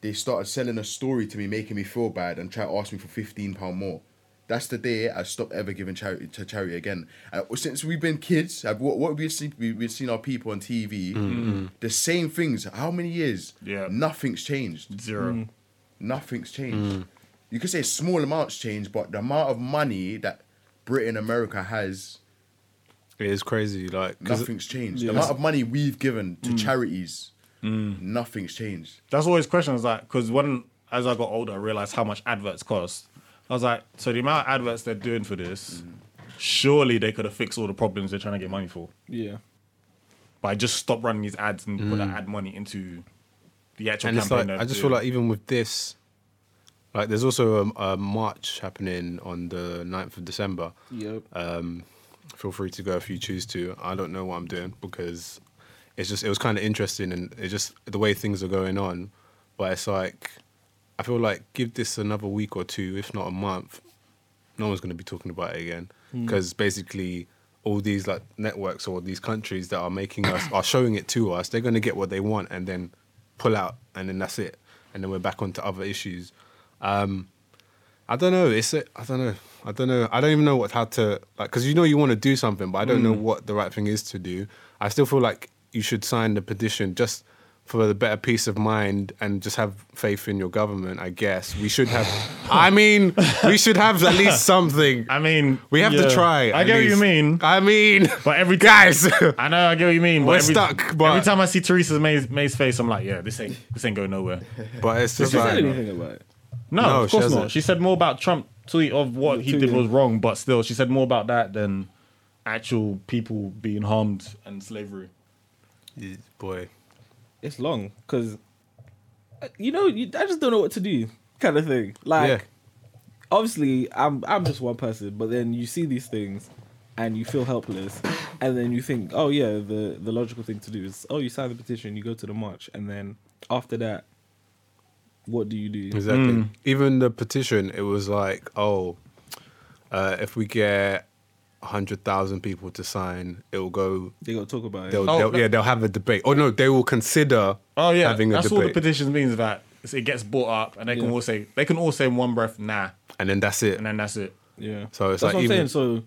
[SPEAKER 4] They started selling a story to me, making me feel bad, and try to ask me for fifteen pound more. That's the day I stopped ever giving charity to charity again. Uh, since we've been kids, I've, what, what we've seen, we- we've seen our people on TV,
[SPEAKER 3] Mm-hmm.
[SPEAKER 4] the same things. How many years?
[SPEAKER 1] Yeah.
[SPEAKER 4] nothing's changed.
[SPEAKER 1] Zero.
[SPEAKER 4] Nothing's changed.
[SPEAKER 3] Mm.
[SPEAKER 4] You could say small amounts changed, but the amount of money that Britain, America has,
[SPEAKER 3] It is crazy. Like 'cause- Mm.
[SPEAKER 4] nothing's changed. The amount of money we've given to charities, nothing's changed.
[SPEAKER 1] that's always questions like because when as I got older, I realized how much adverts cost. I was like, so the amount of adverts they're doing for this, surely they could have fixed all the problems they're trying to get money for
[SPEAKER 5] Yeah.
[SPEAKER 1] by just stop running these ads and put that ad money into the actual
[SPEAKER 3] Mm. and it's
[SPEAKER 1] campaign.
[SPEAKER 3] like
[SPEAKER 1] they're
[SPEAKER 3] I just feel
[SPEAKER 1] doing.
[SPEAKER 3] like even with this, like there's also a, a march happening on the 9th of December.
[SPEAKER 5] Yep.
[SPEAKER 3] Um, feel free to go if you choose to. I don't know what I'm doing because it's just it was kind of interesting and it's just the way things are going on. But it's like I feel like give this another week or two, if not a month. No one's going to be talking about it again because basically all these like networks or these countries that are making us are showing it to us. They're going to get what they want and then pull out and then that's it. And then we're back onto other issues. I don't know. It's a, I don't know. I don't know. I don't even know what how to like because you know you want to do something, but I don't know
[SPEAKER 1] Mm.
[SPEAKER 3] what the right thing is to do. I still feel like you should sign the petition just for the better peace of mind and just have faith in your government. I guess we should have. I mean, we should have at least something.
[SPEAKER 1] I mean,
[SPEAKER 3] We have
[SPEAKER 1] yeah.
[SPEAKER 3] to try.
[SPEAKER 1] I
[SPEAKER 3] at
[SPEAKER 1] get what you
[SPEAKER 3] least.
[SPEAKER 1] mean,
[SPEAKER 3] I mean,
[SPEAKER 1] but every
[SPEAKER 3] guys,
[SPEAKER 1] I know I get what you mean. but
[SPEAKER 3] We're
[SPEAKER 1] every,
[SPEAKER 3] stuck, but-
[SPEAKER 1] every time I see Theresa May's, May's face, I'm like, yeah, this ain't this ain't going nowhere.
[SPEAKER 3] but it's just
[SPEAKER 5] She said
[SPEAKER 3] like
[SPEAKER 5] anything about it.
[SPEAKER 1] No,
[SPEAKER 3] No,
[SPEAKER 1] of
[SPEAKER 3] she
[SPEAKER 1] course not.
[SPEAKER 3] hasn't.
[SPEAKER 1] She said more about Trump tweet of what he
[SPEAKER 5] tweet,
[SPEAKER 1] did
[SPEAKER 5] yeah.
[SPEAKER 1] was wrong, but still, she said more about that than actual people being harmed and slavery.
[SPEAKER 3] Yeah, boy.
[SPEAKER 2] it's long because you know you, I just don't know what to do, kind of thing. Like,
[SPEAKER 3] Yeah.
[SPEAKER 2] obviously, I'm I'm just one person, but then you see these things, and you feel helpless, and then you think, oh yeah, the the logical thing to do is, oh, you sign the petition, you go to the march, and then after that, what do you do?
[SPEAKER 3] Exactly.
[SPEAKER 1] Mm.
[SPEAKER 3] Even the petition, it was like, oh, uh, if we get hundred thousand people to sign, it will go.
[SPEAKER 2] They got to talk about it.
[SPEAKER 3] They'll,
[SPEAKER 1] Oh,
[SPEAKER 3] they'll-
[SPEAKER 1] no.
[SPEAKER 3] yeah, they'll have a debate. Oh no, they will consider.
[SPEAKER 1] Oh yeah,
[SPEAKER 3] having a
[SPEAKER 1] that's all the
[SPEAKER 3] debate,
[SPEAKER 1] petition means that it's- it gets brought up, and they can
[SPEAKER 2] Yeah.
[SPEAKER 1] all say they can all say in one breath, nah,
[SPEAKER 3] and then that's it.
[SPEAKER 1] and then that's it.
[SPEAKER 2] Yeah.
[SPEAKER 3] So it's
[SPEAKER 2] that's
[SPEAKER 3] like
[SPEAKER 2] what I'm
[SPEAKER 3] even-
[SPEAKER 2] saying. So,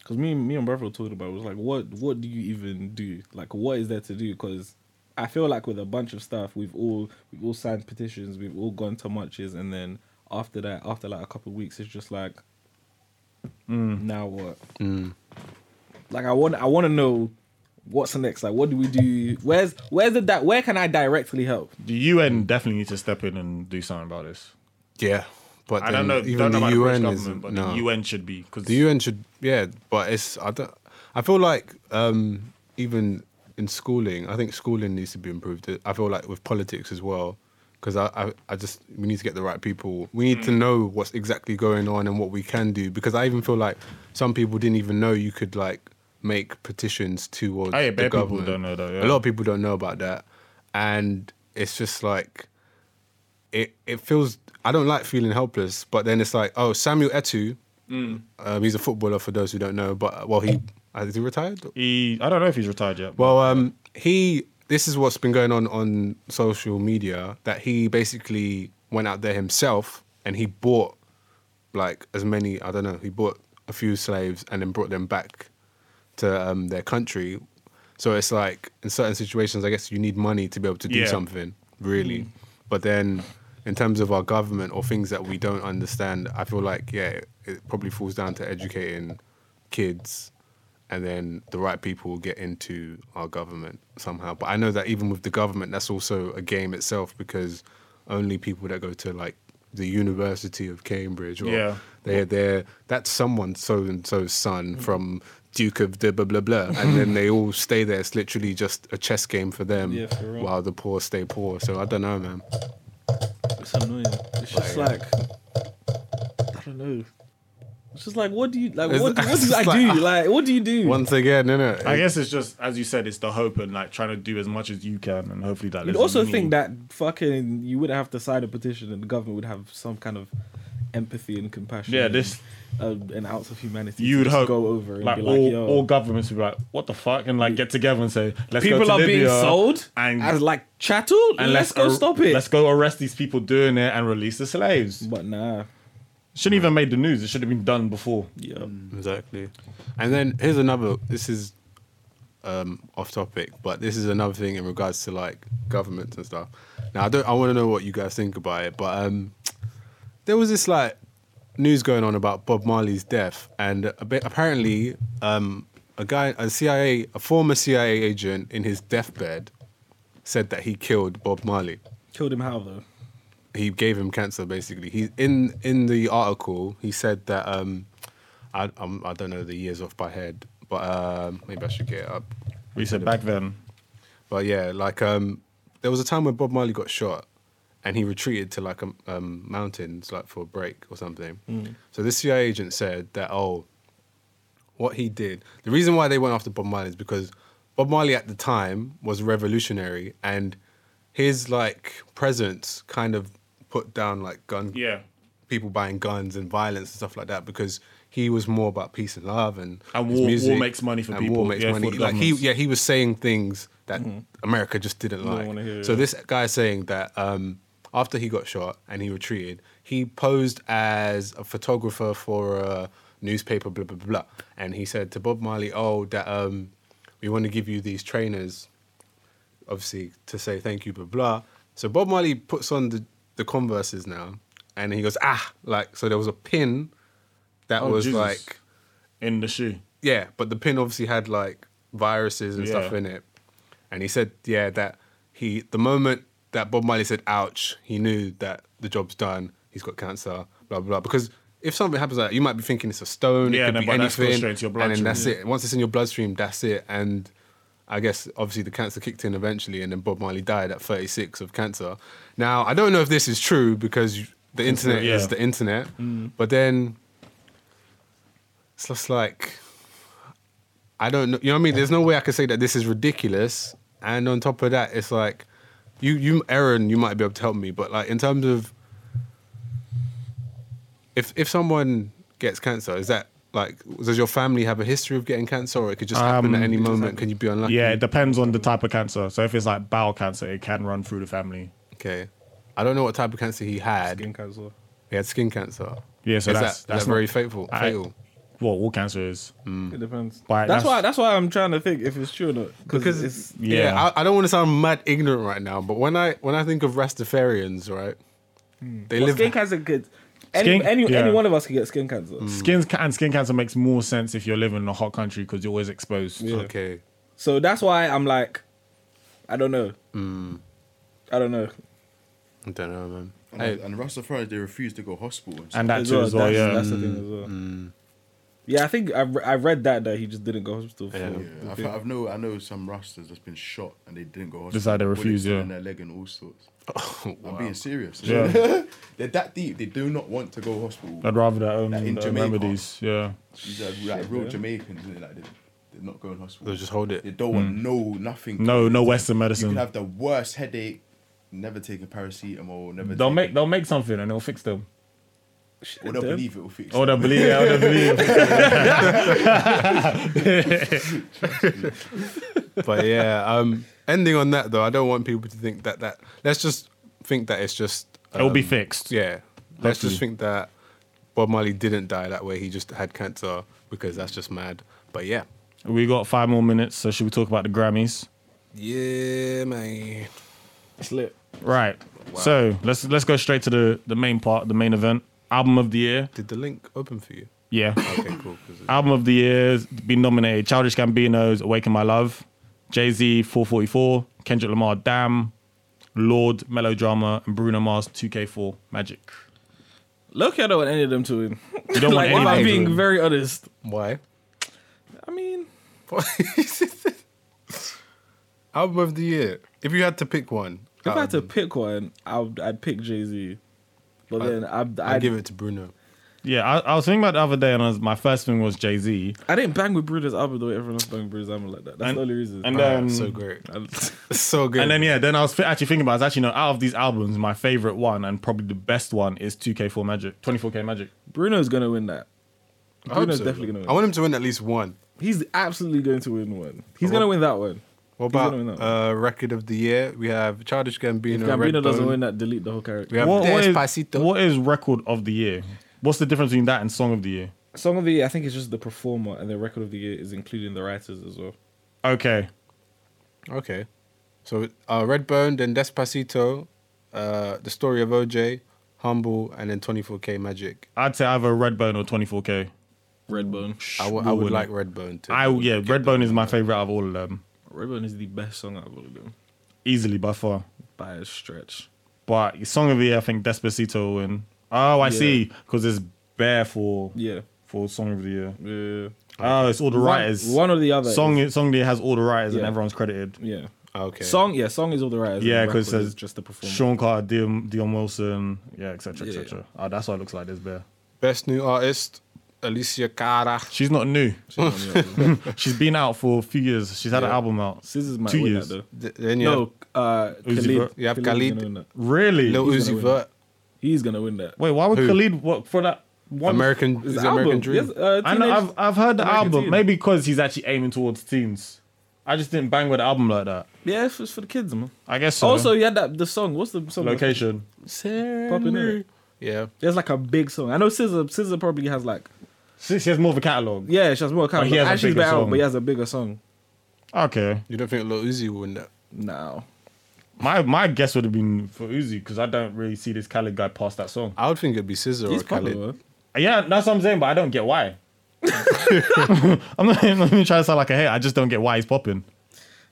[SPEAKER 2] because me, me and Brad were talking about it, was like, what, what do you even do? Like, what is there to do? Because I feel like with a bunch of stuff, we've all we've all signed petitions, we've all gone to marches, and then after that, after like a couple of weeks, it's just like,
[SPEAKER 3] Mm.
[SPEAKER 2] now what? Like, I want I want to know what's next. Like, what do we do? Where's where's the di- where can I directly help?
[SPEAKER 1] The UN definitely needs to step in and do something about this.
[SPEAKER 3] Yeah, but
[SPEAKER 1] I don't
[SPEAKER 3] then
[SPEAKER 1] know,
[SPEAKER 3] Even
[SPEAKER 1] don't know
[SPEAKER 3] the
[SPEAKER 1] about
[SPEAKER 3] UN
[SPEAKER 1] the British
[SPEAKER 3] is
[SPEAKER 1] government, but
[SPEAKER 3] no.
[SPEAKER 1] the UN should be because
[SPEAKER 3] The UN should, yeah, but it's I don't. I feel like um, even in schooling, I think schooling needs to be improved. I feel like with politics as well, because I, I, I just we need to get the right people. We need to know what's exactly going on and what we can do. Because I even feel like some people didn't even know you could like make petitions towards
[SPEAKER 1] Oh, yeah,
[SPEAKER 3] the
[SPEAKER 1] bare people
[SPEAKER 3] government.
[SPEAKER 1] don't know that, yeah.
[SPEAKER 3] A lot of people don't know about that, and it's just like it it feels I don't like feeling helpless, but then it's like oh Samuel Etu,
[SPEAKER 1] Mm.
[SPEAKER 3] um, he's a footballer for those who don't know, but well he uh, is he retired?
[SPEAKER 1] he, I don't know if he's retired yet. but-
[SPEAKER 3] Well, um, he this is what's been going on on social media that he basically went out there himself and he bought like as many I don't know he bought a few slaves and then brought them back to um, their country. So it's like in certain situations, I guess you need money to be able to do
[SPEAKER 1] Yeah.
[SPEAKER 3] something really. But then in terms of our government or things that we don't understand, I feel like yeah, it probably falls down to educating kids and then the right people will get into our government somehow. But I know that even with the government, that's also a game itself because only people that go to like the University of Cambridge or
[SPEAKER 1] Yeah.
[SPEAKER 3] they're they're that's someone so and so's son from Duke of the blah blah blah, and then they all stay there. It's literally just a chess game for them,
[SPEAKER 2] Yeah, for real.
[SPEAKER 3] while the poor stay poor. So I don't know, man.
[SPEAKER 2] It's annoying. It's just like I don't know. It's just like what do you like?
[SPEAKER 3] It's-
[SPEAKER 2] What, do- what
[SPEAKER 3] it's
[SPEAKER 2] do I
[SPEAKER 3] like,
[SPEAKER 2] do?
[SPEAKER 3] ah.
[SPEAKER 2] Like what do you do?
[SPEAKER 3] Once again, innit?
[SPEAKER 1] I guess it's just as you said, it's the hope and like trying to do as much as you can, and hopefully that.
[SPEAKER 2] You'd
[SPEAKER 1] doesn't
[SPEAKER 2] also
[SPEAKER 1] mean-
[SPEAKER 2] think that fucking you would have to sign a petition, and the government would have some kind of empathy and compassion.
[SPEAKER 1] Yeah, this-
[SPEAKER 2] and, uh, an ounce of humanity.
[SPEAKER 1] you'd
[SPEAKER 2] to just
[SPEAKER 1] hope
[SPEAKER 2] go over and
[SPEAKER 1] like,
[SPEAKER 2] be
[SPEAKER 1] all,
[SPEAKER 2] like, yo,
[SPEAKER 1] all governments would be like, what the fuck, and like get together and say, let's go
[SPEAKER 2] people
[SPEAKER 1] to
[SPEAKER 2] are being
[SPEAKER 1] Libya
[SPEAKER 2] sold
[SPEAKER 1] and
[SPEAKER 2] as like chattel.
[SPEAKER 1] and
[SPEAKER 2] let's, go
[SPEAKER 1] ar-
[SPEAKER 2] stop it.
[SPEAKER 1] Let's go arrest these people doing it and release the slaves.
[SPEAKER 2] But nah,
[SPEAKER 1] Shouldn't even have made the news. It should have been done before.
[SPEAKER 2] yeah,
[SPEAKER 1] Mm.
[SPEAKER 3] Exactly. And then here's another. This is um, off topic, but this is another thing in regards to like governments and stuff. Now I don't. I want to know what you guys think about it, but um, there was this like news going on about Bob Marley's death, and a bit, apparently um, a guy, a CIA, a former CIA agent, in his deathbed, said that he killed Bob Marley
[SPEAKER 2] killed him how though?
[SPEAKER 3] he gave him cancer basically. He in in the article he said that um I um, I don't know the years off by head, but um maybe I should get it up.
[SPEAKER 1] We said back then.
[SPEAKER 3] But yeah, like um there was a time when Bob Marley got shot and he retreated to like um, um mountains like for a break or something.
[SPEAKER 1] Mm.
[SPEAKER 3] So this CIA agent said that oh what he did. The reason why they went after Bob Marley is because Bob Marley at the time was revolutionary and his like presence kind of put down like gun
[SPEAKER 1] Yeah.
[SPEAKER 3] people buying guns and violence and stuff like that because he was more about peace and love and
[SPEAKER 1] And
[SPEAKER 3] his
[SPEAKER 1] war- war
[SPEAKER 3] music
[SPEAKER 1] makes money for
[SPEAKER 3] and
[SPEAKER 1] people,
[SPEAKER 3] War makes
[SPEAKER 1] yeah, for
[SPEAKER 3] money.
[SPEAKER 1] the
[SPEAKER 3] Like he,
[SPEAKER 1] governments.
[SPEAKER 3] yeah, he was saying things that America just didn't like.
[SPEAKER 2] wanna hear,
[SPEAKER 3] so
[SPEAKER 2] yeah.
[SPEAKER 3] this guy saying that um, after he got shot and he retreated, he posed as a photographer for a newspaper, blah blah blah, and he said to Bob Marley, "Oh, that um, we want to give you these trainers." obviously to say thank you, blah blah. So Bob Marley puts on the, the converses now, and he goes ah like so. There was a pin that
[SPEAKER 1] Oh,
[SPEAKER 3] was
[SPEAKER 1] Jesus.
[SPEAKER 3] like
[SPEAKER 1] In the shoe.
[SPEAKER 3] yeah, but the pin obviously had like viruses and stuff
[SPEAKER 1] Yeah.
[SPEAKER 3] in it, and he said yeah that he the moment that Bob Marley said ouch, he knew that the job's done. He's got cancer, blah blah blah. Because if something happens like that, you might be thinking it's a stone,
[SPEAKER 1] Yeah,
[SPEAKER 3] it could
[SPEAKER 1] no,
[SPEAKER 3] be
[SPEAKER 1] but that's
[SPEAKER 3] anything,
[SPEAKER 1] going straight into your
[SPEAKER 3] and then
[SPEAKER 1] bloodstream.
[SPEAKER 3] that's it. Once it's in your bloodstream, that's it. And I guess obviously the cancer kicked in eventually, and then Bob Marley died at 36 of cancer. Now I don't know if this is true because you- the internet
[SPEAKER 1] yeah. Mm.
[SPEAKER 3] is the internet, but then it's just like I don't know. You know what I mean? There's no way I could say that this is ridiculous. And on top of that, it's like you, you, Aaron, you might be able to help me, but like in terms of if if someone gets cancer, is that like does your family have a history of getting cancer, or it could just happen
[SPEAKER 1] Um,
[SPEAKER 3] at any
[SPEAKER 1] it just
[SPEAKER 3] moment? Can you be unlucky?
[SPEAKER 1] Yeah, it depends on the type of cancer. So if it's like bowel cancer, it can run through the family.
[SPEAKER 3] Okay. I don't know what type of cancer he had.
[SPEAKER 2] Skin cancer.
[SPEAKER 3] He had skin cancer.
[SPEAKER 1] Yeah, so that's-
[SPEAKER 3] is that,
[SPEAKER 1] that's
[SPEAKER 3] that
[SPEAKER 1] not-
[SPEAKER 3] very fateful.
[SPEAKER 1] I-
[SPEAKER 3] fatal.
[SPEAKER 1] Well, all cancer is.
[SPEAKER 3] Mm.
[SPEAKER 2] It depends.
[SPEAKER 1] Right,
[SPEAKER 2] that's,
[SPEAKER 1] that's-
[SPEAKER 2] why. That's why I'm trying to think if it's true or not. Because it's
[SPEAKER 1] Yeah.
[SPEAKER 3] I, I don't want to sound mad ignorant right now, but when I when I think of Rastafarians, right, they
[SPEAKER 2] well,
[SPEAKER 3] live.
[SPEAKER 2] skin cancer. Could, any
[SPEAKER 1] Skin-
[SPEAKER 2] any,
[SPEAKER 1] yeah. Mm.
[SPEAKER 2] any one of us could get skin cancer.
[SPEAKER 1] Skin ca- and skin cancer makes more sense if you're living in a hot country because you're always exposed.
[SPEAKER 2] Yeah.
[SPEAKER 3] Okay.
[SPEAKER 2] So that's why I'm like, I don't know.
[SPEAKER 1] Mm.
[SPEAKER 2] I don't know.
[SPEAKER 3] I don't know, man.
[SPEAKER 4] And,
[SPEAKER 3] Hey,
[SPEAKER 4] and Rastafari, they refuse to go hospital. And stuff.
[SPEAKER 1] And that too as well,
[SPEAKER 2] that's,
[SPEAKER 1] yeah. Mm.
[SPEAKER 2] that's the thing as well. Yeah, I think I, re- I read that that he just didn't go to hospital. For,
[SPEAKER 3] Yeah.
[SPEAKER 4] yeah, I've, I've know I know some Rastas that's been shot and they didn't go hospital.
[SPEAKER 1] Just like they
[SPEAKER 4] bullets
[SPEAKER 1] refuse, yeah.
[SPEAKER 4] In their leg and all sorts. I'm
[SPEAKER 3] wow.
[SPEAKER 4] being serious.
[SPEAKER 1] Yeah.
[SPEAKER 4] They're that deep. They do not want to go hospital.
[SPEAKER 1] I'd rather that um, own
[SPEAKER 4] Like in
[SPEAKER 1] the
[SPEAKER 4] Jamaica.
[SPEAKER 1] remedies. Yeah.
[SPEAKER 4] These are like, real
[SPEAKER 2] yeah.
[SPEAKER 4] Jamaicans. They're, like, they're, they're not going hospital.
[SPEAKER 3] They'll just hold it.
[SPEAKER 4] They don't want no nothing.
[SPEAKER 1] Hmm. No, no Western
[SPEAKER 4] You
[SPEAKER 1] medicine.
[SPEAKER 4] can have the worst headache. Never take a paracetamol. Never.
[SPEAKER 1] They'll
[SPEAKER 4] take-
[SPEAKER 1] make they'll make something and it'll fix them.
[SPEAKER 4] Or they'll believe it will fix.
[SPEAKER 1] Or
[SPEAKER 4] it.
[SPEAKER 1] they'll believe it. Or they'll believe it.
[SPEAKER 3] but yeah, um, ending on that though, I don't want people to think that that. Let's just think that it's just.
[SPEAKER 1] It'll be
[SPEAKER 3] um,
[SPEAKER 1] fixed.
[SPEAKER 3] Yeah. Let's
[SPEAKER 1] Hopefully.
[SPEAKER 3] just think that Bob Marley didn't die that way. He just had cancer because that's just mad. But yeah.
[SPEAKER 1] We got five more minutes, so should we talk about the Grammys?
[SPEAKER 3] Yeah, man.
[SPEAKER 2] Slip.
[SPEAKER 1] Right. So let's let's go straight to the the main part, the main event, album of the year.
[SPEAKER 3] Did the link open for you?
[SPEAKER 1] Yeah.
[SPEAKER 3] Okay, cool. 'cause it-
[SPEAKER 1] album of the year been nominated: Childish Gambino's "Awaken My Love," Jay Z "444," Kendrick Lamar "Damn," Lord Melodrama, and Bruno Mars "2K4 Magic."
[SPEAKER 2] Look, I don't want any of them to win.
[SPEAKER 1] You don't
[SPEAKER 2] like, if
[SPEAKER 1] want
[SPEAKER 2] I'm
[SPEAKER 1] any
[SPEAKER 2] being very honest,
[SPEAKER 3] Why?
[SPEAKER 2] I mean,
[SPEAKER 3] Album of the year. If you had to pick one, um,
[SPEAKER 2] if I
[SPEAKER 1] Um,
[SPEAKER 2] had to pick one, I'd, I'd pick Jay Z. But then I'd,
[SPEAKER 3] I
[SPEAKER 2] I'd,
[SPEAKER 3] give it to Bruno.
[SPEAKER 1] Yeah, I, I was thinking about it the other day, and I was, my first thing was Jay Z,
[SPEAKER 2] I didn't bang with Bruno's album the way everyone else banged Bruno's album like that. That's
[SPEAKER 1] And-
[SPEAKER 2] the only reason.
[SPEAKER 1] and
[SPEAKER 3] Ah,
[SPEAKER 1] then
[SPEAKER 3] so great,
[SPEAKER 2] I-
[SPEAKER 3] so good.
[SPEAKER 1] and then yeah, then I was fi- actually thinking about it, I was actually no, out of these albums, my favorite one and probably the best one is 2K4 Magic, 24K Magic.
[SPEAKER 2] Bruno's gonna win that.
[SPEAKER 3] I hope
[SPEAKER 2] Bruno's
[SPEAKER 3] so.
[SPEAKER 2] definitely gonna win.
[SPEAKER 3] I want him to win at least one.
[SPEAKER 2] He's absolutely going to win one. He's gonna win that one.
[SPEAKER 3] What
[SPEAKER 2] He's
[SPEAKER 3] about
[SPEAKER 2] gonna win that
[SPEAKER 3] uh, record of the year? We have Childish
[SPEAKER 2] If
[SPEAKER 3] Gambino.
[SPEAKER 2] Gambino doesn't
[SPEAKER 3] Redbone.
[SPEAKER 2] win that, delete the whole character.
[SPEAKER 3] We have
[SPEAKER 1] What- what, is,
[SPEAKER 3] Despacito.
[SPEAKER 1] what is record of the year? What's the difference between that and song of the year?
[SPEAKER 2] Song of the year, I think, is just the performer, and the record of the year is including the writers as well.
[SPEAKER 1] Okay,
[SPEAKER 3] Okay, so uh, Redbone, then Despacito, uh, the story of OJ, Humble, and then 24K Magic.
[SPEAKER 1] I'd say either Redbone or 24K.
[SPEAKER 2] Redbone.
[SPEAKER 3] I would- I
[SPEAKER 1] We'll
[SPEAKER 3] would
[SPEAKER 1] win
[SPEAKER 3] like
[SPEAKER 1] it.
[SPEAKER 3] Redbone too.
[SPEAKER 1] I yeah, Redbone is my favorite out of all of them,
[SPEAKER 2] Redbone is the best song I've ever done
[SPEAKER 1] easily by far.
[SPEAKER 2] by a stretch.
[SPEAKER 1] But song of the year, I think Despacito and oh, I
[SPEAKER 2] Yeah.
[SPEAKER 1] see, because it's bare for
[SPEAKER 2] Yeah.
[SPEAKER 1] for song of the year.
[SPEAKER 2] Yeah.
[SPEAKER 1] Oh, it's all the writers.
[SPEAKER 2] One, one or the other.
[SPEAKER 1] song
[SPEAKER 2] is-
[SPEAKER 1] song of the year has all the writers and
[SPEAKER 2] Yeah.
[SPEAKER 1] everyone's credited.
[SPEAKER 2] yeah.
[SPEAKER 3] Oh, Okay.
[SPEAKER 2] Song, yeah, song is all the writers.
[SPEAKER 1] Yeah,
[SPEAKER 2] and
[SPEAKER 1] 'cause
[SPEAKER 2] record
[SPEAKER 1] it says
[SPEAKER 2] is just the performer.
[SPEAKER 1] Sean Carter, Dion, Dion Wilson, yeah, etc.
[SPEAKER 2] Yeah.
[SPEAKER 1] etc. Oh, that's why it looks like this bear.
[SPEAKER 3] Best new artist, Alicia Cara.
[SPEAKER 1] She's not new. She's been out for a few years. She's had an
[SPEAKER 3] Yeah.
[SPEAKER 1] album out.
[SPEAKER 2] Scissors might
[SPEAKER 1] Two
[SPEAKER 2] win
[SPEAKER 1] years.
[SPEAKER 2] that
[SPEAKER 3] Th- Then
[SPEAKER 2] though.
[SPEAKER 3] you
[SPEAKER 2] No, uh,
[SPEAKER 1] Uzi
[SPEAKER 2] Khalid.
[SPEAKER 1] Vert.
[SPEAKER 3] You have
[SPEAKER 2] Khalid's
[SPEAKER 3] Khalid.
[SPEAKER 2] gonna win that.
[SPEAKER 1] Really?
[SPEAKER 3] have Lil
[SPEAKER 2] He's gonna
[SPEAKER 3] Uzi
[SPEAKER 2] win.
[SPEAKER 3] Vert,
[SPEAKER 2] He's gonna win that.
[SPEAKER 1] Wait, why would
[SPEAKER 3] Who?
[SPEAKER 1] Khalid what for that one?
[SPEAKER 3] American,
[SPEAKER 2] His
[SPEAKER 3] is it American
[SPEAKER 2] album,
[SPEAKER 3] Dream.
[SPEAKER 2] yes, uh,
[SPEAKER 1] I know,
[SPEAKER 2] Teenage-
[SPEAKER 1] I've I've heard the
[SPEAKER 2] American
[SPEAKER 1] album.
[SPEAKER 2] Teen.
[SPEAKER 1] Maybe because he's actually aiming towards teens. I just didn't bang with the album like that.
[SPEAKER 2] Yeah, it's it's for the kids, man.
[SPEAKER 1] I guess so.
[SPEAKER 2] Also, you had that the song. What's the song?
[SPEAKER 1] location.
[SPEAKER 2] Popping in.
[SPEAKER 3] Yeah.
[SPEAKER 2] There's like a big song. I know Scissor. Scissor probably has like
[SPEAKER 1] She, she has more of a catalog.
[SPEAKER 2] yeah, she has more kind
[SPEAKER 1] he has a
[SPEAKER 2] Actually,
[SPEAKER 1] bigger
[SPEAKER 2] better,
[SPEAKER 1] song.
[SPEAKER 2] but he has a bigger song
[SPEAKER 1] Okay,
[SPEAKER 3] You don't think Lil Uzi will win that?
[SPEAKER 2] now.
[SPEAKER 1] my my guess would have been for Uzi because I don't really see this Khalid guy past that song.
[SPEAKER 3] I would think it'd be Scissor
[SPEAKER 2] He's
[SPEAKER 3] or Khalid.
[SPEAKER 2] popular.
[SPEAKER 1] Yeah, that's what I'm saying, but I don't get why. I'm not, I'm not even trying to sound like a hater. I just don't get why he's popping.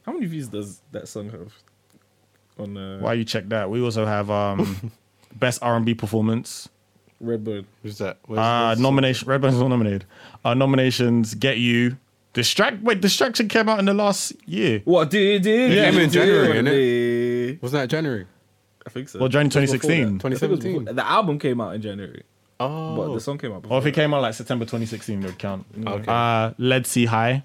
[SPEAKER 2] How many views does that song have? On uh,
[SPEAKER 1] Why you check that? We also have um best R&B performance.
[SPEAKER 2] Redbone.
[SPEAKER 3] Who's that? Where's,
[SPEAKER 1] Uh
[SPEAKER 3] where's-
[SPEAKER 1] nomination. Redbirds not nominated. Uh, nominations: Get You, Distract. Wait, distraction came out in the last year.
[SPEAKER 2] What do you do?
[SPEAKER 3] Yeah,
[SPEAKER 2] do
[SPEAKER 3] in
[SPEAKER 2] you
[SPEAKER 3] January,
[SPEAKER 2] do?
[SPEAKER 3] Was that January?
[SPEAKER 2] I think so.
[SPEAKER 1] Well, January
[SPEAKER 2] It
[SPEAKER 1] 2016.
[SPEAKER 2] was before that. I think it was
[SPEAKER 3] 2017?
[SPEAKER 2] before- The album came out in January,
[SPEAKER 3] Oh,
[SPEAKER 2] but the song came out.
[SPEAKER 1] Or
[SPEAKER 2] Before
[SPEAKER 1] if it came out like September 2016, it would count. Uh, Let's See High.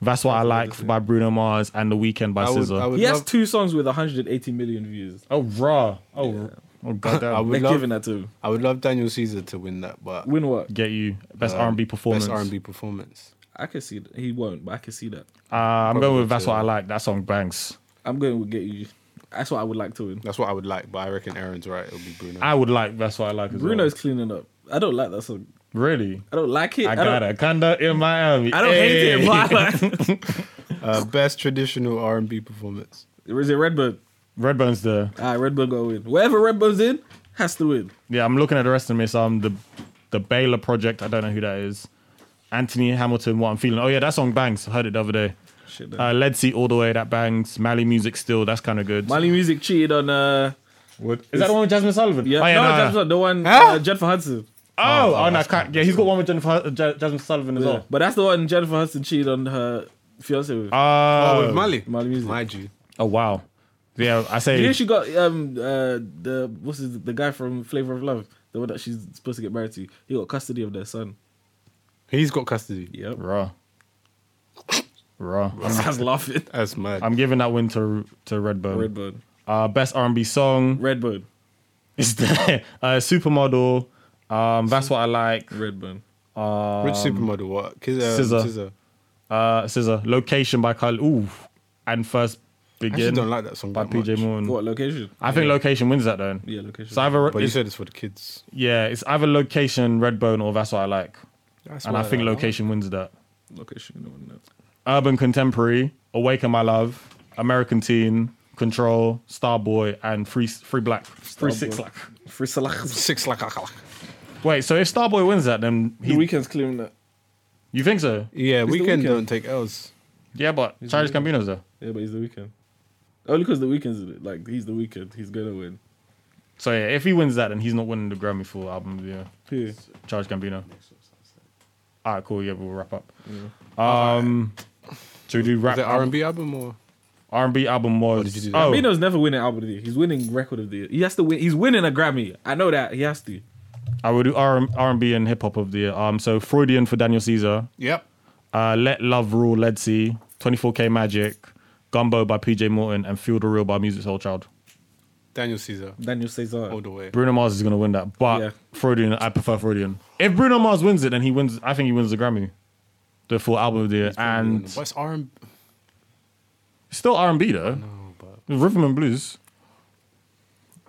[SPEAKER 1] That's What I Like by Bruno Mars and The Weekend by
[SPEAKER 3] I would, I
[SPEAKER 1] SZA.
[SPEAKER 3] would
[SPEAKER 2] He has
[SPEAKER 3] love,
[SPEAKER 2] two songs with 180 million views.
[SPEAKER 1] Oh, raw. Oh, oh
[SPEAKER 3] I
[SPEAKER 1] goddamn.
[SPEAKER 3] would
[SPEAKER 2] They're
[SPEAKER 3] love-
[SPEAKER 2] giving that to him.
[SPEAKER 3] I would love Daniel Caesar to win that, but
[SPEAKER 2] Win what?
[SPEAKER 1] Get you best
[SPEAKER 3] um,
[SPEAKER 1] R&B performance.
[SPEAKER 3] Best R&B performance.
[SPEAKER 2] I can see that. He won't, but I can see that.
[SPEAKER 1] Uh, I'm going
[SPEAKER 3] Probably
[SPEAKER 1] with That's
[SPEAKER 3] too.
[SPEAKER 1] What I Like. That song bangs.
[SPEAKER 2] I'm going with Get You. That's what I would like to win.
[SPEAKER 3] That's what I would like, but I reckon Aaron's right. It'll be Bruno.
[SPEAKER 1] I would like That's What I Like. As
[SPEAKER 2] Bruno's cleaning up. I don't like that song.
[SPEAKER 1] well. really.
[SPEAKER 2] I don't like it.
[SPEAKER 1] I
[SPEAKER 2] don't-
[SPEAKER 1] got a condo in Miami.
[SPEAKER 2] I don't hate it, but I like
[SPEAKER 3] Uh, best traditional R&B performance.
[SPEAKER 2] Is it Redbird?
[SPEAKER 1] Redburn's the
[SPEAKER 2] Ah, Redbird got to win. Wherever Redbird's in, has to win.
[SPEAKER 1] yeah. I'm looking at the rest of them. It's um the the Baylor project. I don't know who that is. Anthony Hamilton. What I'm feeling. Oh yeah, that song bangs. I heard it the other day.
[SPEAKER 2] Shit,
[SPEAKER 1] Uh, Lead Seat all the way. That bangs. Mali music still. That's kind of good.
[SPEAKER 2] Miley Music cheated on uh
[SPEAKER 3] What?
[SPEAKER 1] is that the one with Jasmine Sullivan?
[SPEAKER 2] yeah,
[SPEAKER 1] Oh,
[SPEAKER 2] no,
[SPEAKER 1] no, no.
[SPEAKER 2] that's not the one
[SPEAKER 3] Huh?
[SPEAKER 2] uh, Jennifer Hudson.
[SPEAKER 1] Oh, oh, no, can't, yeah, he's got one with Jennifer, uh, Ja- Jasmine Sullivan as well.
[SPEAKER 2] But that's the one Jennifer Hudson cheated on her fiance with.
[SPEAKER 3] Oh,
[SPEAKER 1] Oh,
[SPEAKER 3] with Mali.
[SPEAKER 2] Mali Music.
[SPEAKER 3] My G.
[SPEAKER 1] oh wow. Yeah, I
[SPEAKER 2] you know
[SPEAKER 1] say
[SPEAKER 2] she got um uh the what's his, the guy from Flavor of Love, the one that she's supposed to get married to. He got custody of their son.
[SPEAKER 3] He's got custody.
[SPEAKER 2] Yep.
[SPEAKER 1] raw, raw. I'm,
[SPEAKER 2] I was laughing.
[SPEAKER 3] That's mad.
[SPEAKER 1] I'm giving that win to to Redbone.
[SPEAKER 2] Redbird.
[SPEAKER 1] Uh, best R&B song
[SPEAKER 2] Redbird.
[SPEAKER 1] is there. Uh, Supermodel. Um, that's what I like.
[SPEAKER 2] Redbird.
[SPEAKER 3] Which supermodel? What? Kiz, uh,
[SPEAKER 1] um, Scissor.
[SPEAKER 3] Scissor.
[SPEAKER 1] Uh, Scissor. Location by Kyle. Ooh, and first
[SPEAKER 3] I actually
[SPEAKER 1] begin
[SPEAKER 3] don't like that song
[SPEAKER 1] by
[SPEAKER 3] that
[SPEAKER 1] PJ
[SPEAKER 3] much.
[SPEAKER 1] Morton.
[SPEAKER 2] What location?
[SPEAKER 1] I think Location wins that then.
[SPEAKER 2] Yeah, location.
[SPEAKER 1] So either
[SPEAKER 3] But you
[SPEAKER 1] it's-
[SPEAKER 3] said it's for the kids.
[SPEAKER 1] yeah, it's either Location, Redbone, or That's What I Like, and I think
[SPEAKER 3] location.
[SPEAKER 1] Location wins that.
[SPEAKER 2] location. You don't know.
[SPEAKER 1] Urban Contemporary, Awaken My Love, American Teen, Control, Starboy, and Free Free Black. Free Six
[SPEAKER 2] Starboy.
[SPEAKER 1] Black.
[SPEAKER 2] Free Salah.
[SPEAKER 3] Six like a
[SPEAKER 1] Wait, so if Starboy wins that, then
[SPEAKER 2] The
[SPEAKER 1] he,
[SPEAKER 2] weekend's clearing that.
[SPEAKER 1] you think so?
[SPEAKER 3] Yeah,
[SPEAKER 2] the
[SPEAKER 3] weekend
[SPEAKER 2] Weeknd.
[SPEAKER 3] don't take L's.
[SPEAKER 1] Yeah, but Charles Gambino's there.
[SPEAKER 2] Yeah, but he's the weekend. Only because the weekend's in it. Like he's the weekend. He's gonna win.
[SPEAKER 1] So yeah, if he wins that, then he's not winning the Grammy for album of the year.
[SPEAKER 2] Yeah.
[SPEAKER 1] Charles Gambino. All right, cool. Yeah, we'll wrap up. Um, to do
[SPEAKER 3] Is
[SPEAKER 1] rap
[SPEAKER 3] it R and B album or
[SPEAKER 1] R and B album was.
[SPEAKER 3] did you do that?
[SPEAKER 1] oh,
[SPEAKER 2] Gambino's never winning album of the year. He's winning record of the year. He has to win. He's winning a Grammy. I know that he has to.
[SPEAKER 1] I will do R and B and hip hop of the year. Um, so Freudian for Daniel Caesar.
[SPEAKER 3] Yep.
[SPEAKER 1] Uh, Let Love Rule, Let's See, 24K Magic, Gumbo by PJ Morton, and Feel the Real by Music Soul Child.
[SPEAKER 3] Daniel Caesar.
[SPEAKER 2] Daniel Cesar.
[SPEAKER 3] All the way.
[SPEAKER 1] Bruno Mars is going to win that, but
[SPEAKER 2] Yeah.
[SPEAKER 1] Freudian, I prefer Freudian. If Bruno Mars wins it, then he wins, I think he wins the Grammy, the full album of the year. And it's
[SPEAKER 3] what's R and
[SPEAKER 1] still R&B though,
[SPEAKER 3] oh, but
[SPEAKER 1] rhythm and blues.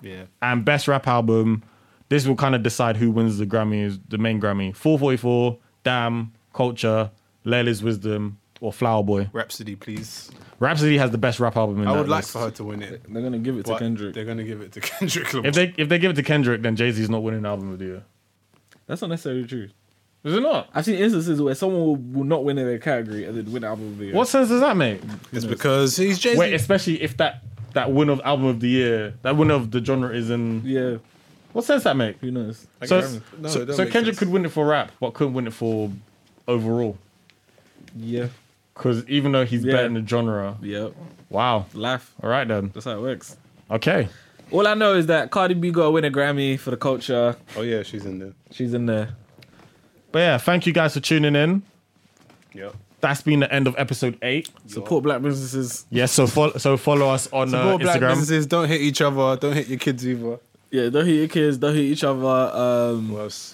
[SPEAKER 3] yeah.
[SPEAKER 1] And best rap album, this will kind of decide who wins the Grammy, the main Grammy. 444, Damn, Culture, Layla's Wisdom, or Flower Boy.
[SPEAKER 3] Rhapsody, please.
[SPEAKER 1] Rhapsody has the best rap album in
[SPEAKER 3] I
[SPEAKER 1] that
[SPEAKER 3] would like
[SPEAKER 1] list.
[SPEAKER 3] for her to win it.
[SPEAKER 2] They're gonna give it to
[SPEAKER 3] but
[SPEAKER 2] Kendrick.
[SPEAKER 3] They're gonna give it to Kendrick Lamar.
[SPEAKER 1] If they if they give it to Kendrick, then Jay Z's not winning album of the year.
[SPEAKER 2] That's not necessarily true.
[SPEAKER 1] Is it not?
[SPEAKER 2] I've seen instances where someone will, will not win in their category and then win album of the year.
[SPEAKER 1] What sense does that make?
[SPEAKER 3] it's because he's Jay
[SPEAKER 1] Wait,
[SPEAKER 3] Z.
[SPEAKER 1] especially if that that win of album of the year, that win of the genre is in.
[SPEAKER 2] Yeah.
[SPEAKER 1] What sense that make?
[SPEAKER 2] Who knows?
[SPEAKER 1] So,
[SPEAKER 3] guess- no, it
[SPEAKER 1] so,
[SPEAKER 3] don't
[SPEAKER 1] so
[SPEAKER 3] make
[SPEAKER 1] Kendrick
[SPEAKER 3] sense.
[SPEAKER 1] could win it for rap, but couldn't win it for overall.
[SPEAKER 2] Yeah.
[SPEAKER 1] Because even though he's
[SPEAKER 2] Yeah.
[SPEAKER 1] better in the genre,
[SPEAKER 2] Yeah.
[SPEAKER 1] wow.
[SPEAKER 2] Laugh.
[SPEAKER 1] All right then.
[SPEAKER 2] That's how it works.
[SPEAKER 1] Okay.
[SPEAKER 2] All I know is that Cardi B got to win a Grammy for the culture.
[SPEAKER 3] Oh yeah, she's in there.
[SPEAKER 2] She's in there.
[SPEAKER 1] But yeah, thank you guys for tuning in.
[SPEAKER 3] Yep.
[SPEAKER 1] That's been the end of episode eight.
[SPEAKER 2] Support black businesses.
[SPEAKER 1] Yes. So follow so follow us on uh,
[SPEAKER 3] Support black
[SPEAKER 1] Instagram.
[SPEAKER 3] businesses. Don't hit each other. Don't hit your kids either.
[SPEAKER 2] Yeah, don't hit your kids. Don't hit each other. Um,
[SPEAKER 3] What else?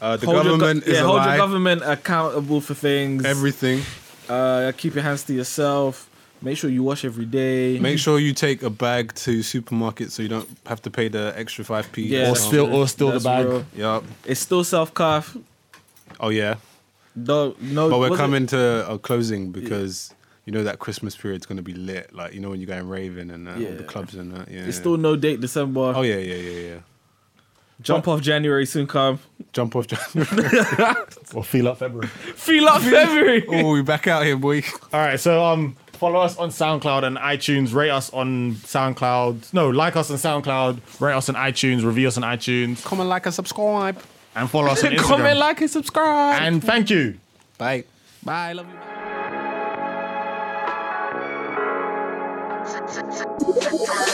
[SPEAKER 3] Uh, the
[SPEAKER 2] hold your go-
[SPEAKER 3] government is
[SPEAKER 2] yeah,
[SPEAKER 3] a
[SPEAKER 2] hold
[SPEAKER 3] lie.
[SPEAKER 2] your government accountable for things.
[SPEAKER 3] Everything.
[SPEAKER 2] uh, keep your hands to yourself. Make sure you wash every day.
[SPEAKER 3] Make sure you take a bag to supermarket so you don't have to pay the extra five p.
[SPEAKER 2] Yeah.
[SPEAKER 1] Or steal or steal the
[SPEAKER 2] That's
[SPEAKER 1] bag.
[SPEAKER 2] real.
[SPEAKER 3] Yep.
[SPEAKER 2] It's still self cuff.
[SPEAKER 3] Oh yeah.
[SPEAKER 2] No, no.
[SPEAKER 3] But we're
[SPEAKER 2] was it-
[SPEAKER 3] coming to a closing because you know that Christmas period's gonna be lit. Like you know when you're going raving and uh, all
[SPEAKER 2] Yeah.
[SPEAKER 3] the clubs and that. Yeah.
[SPEAKER 2] It's still no date December.
[SPEAKER 3] Oh yeah, yeah, yeah, yeah.
[SPEAKER 2] Jump off January soon come.
[SPEAKER 3] Jump off.
[SPEAKER 1] Or feel up February.
[SPEAKER 2] Feel up February.
[SPEAKER 3] oh, we back out here, boy.
[SPEAKER 1] All right, so um, follow us on SoundCloud and iTunes. Rate us on SoundCloud. No, like us on SoundCloud. Rate us on iTunes. Review us on iTunes,
[SPEAKER 3] Comment, like, and subscribe.
[SPEAKER 1] and follow us on Instagram.
[SPEAKER 2] like and subscribe.
[SPEAKER 1] and thank you.
[SPEAKER 3] Bye. Bye. Love you. Bye.
[SPEAKER 6] Central.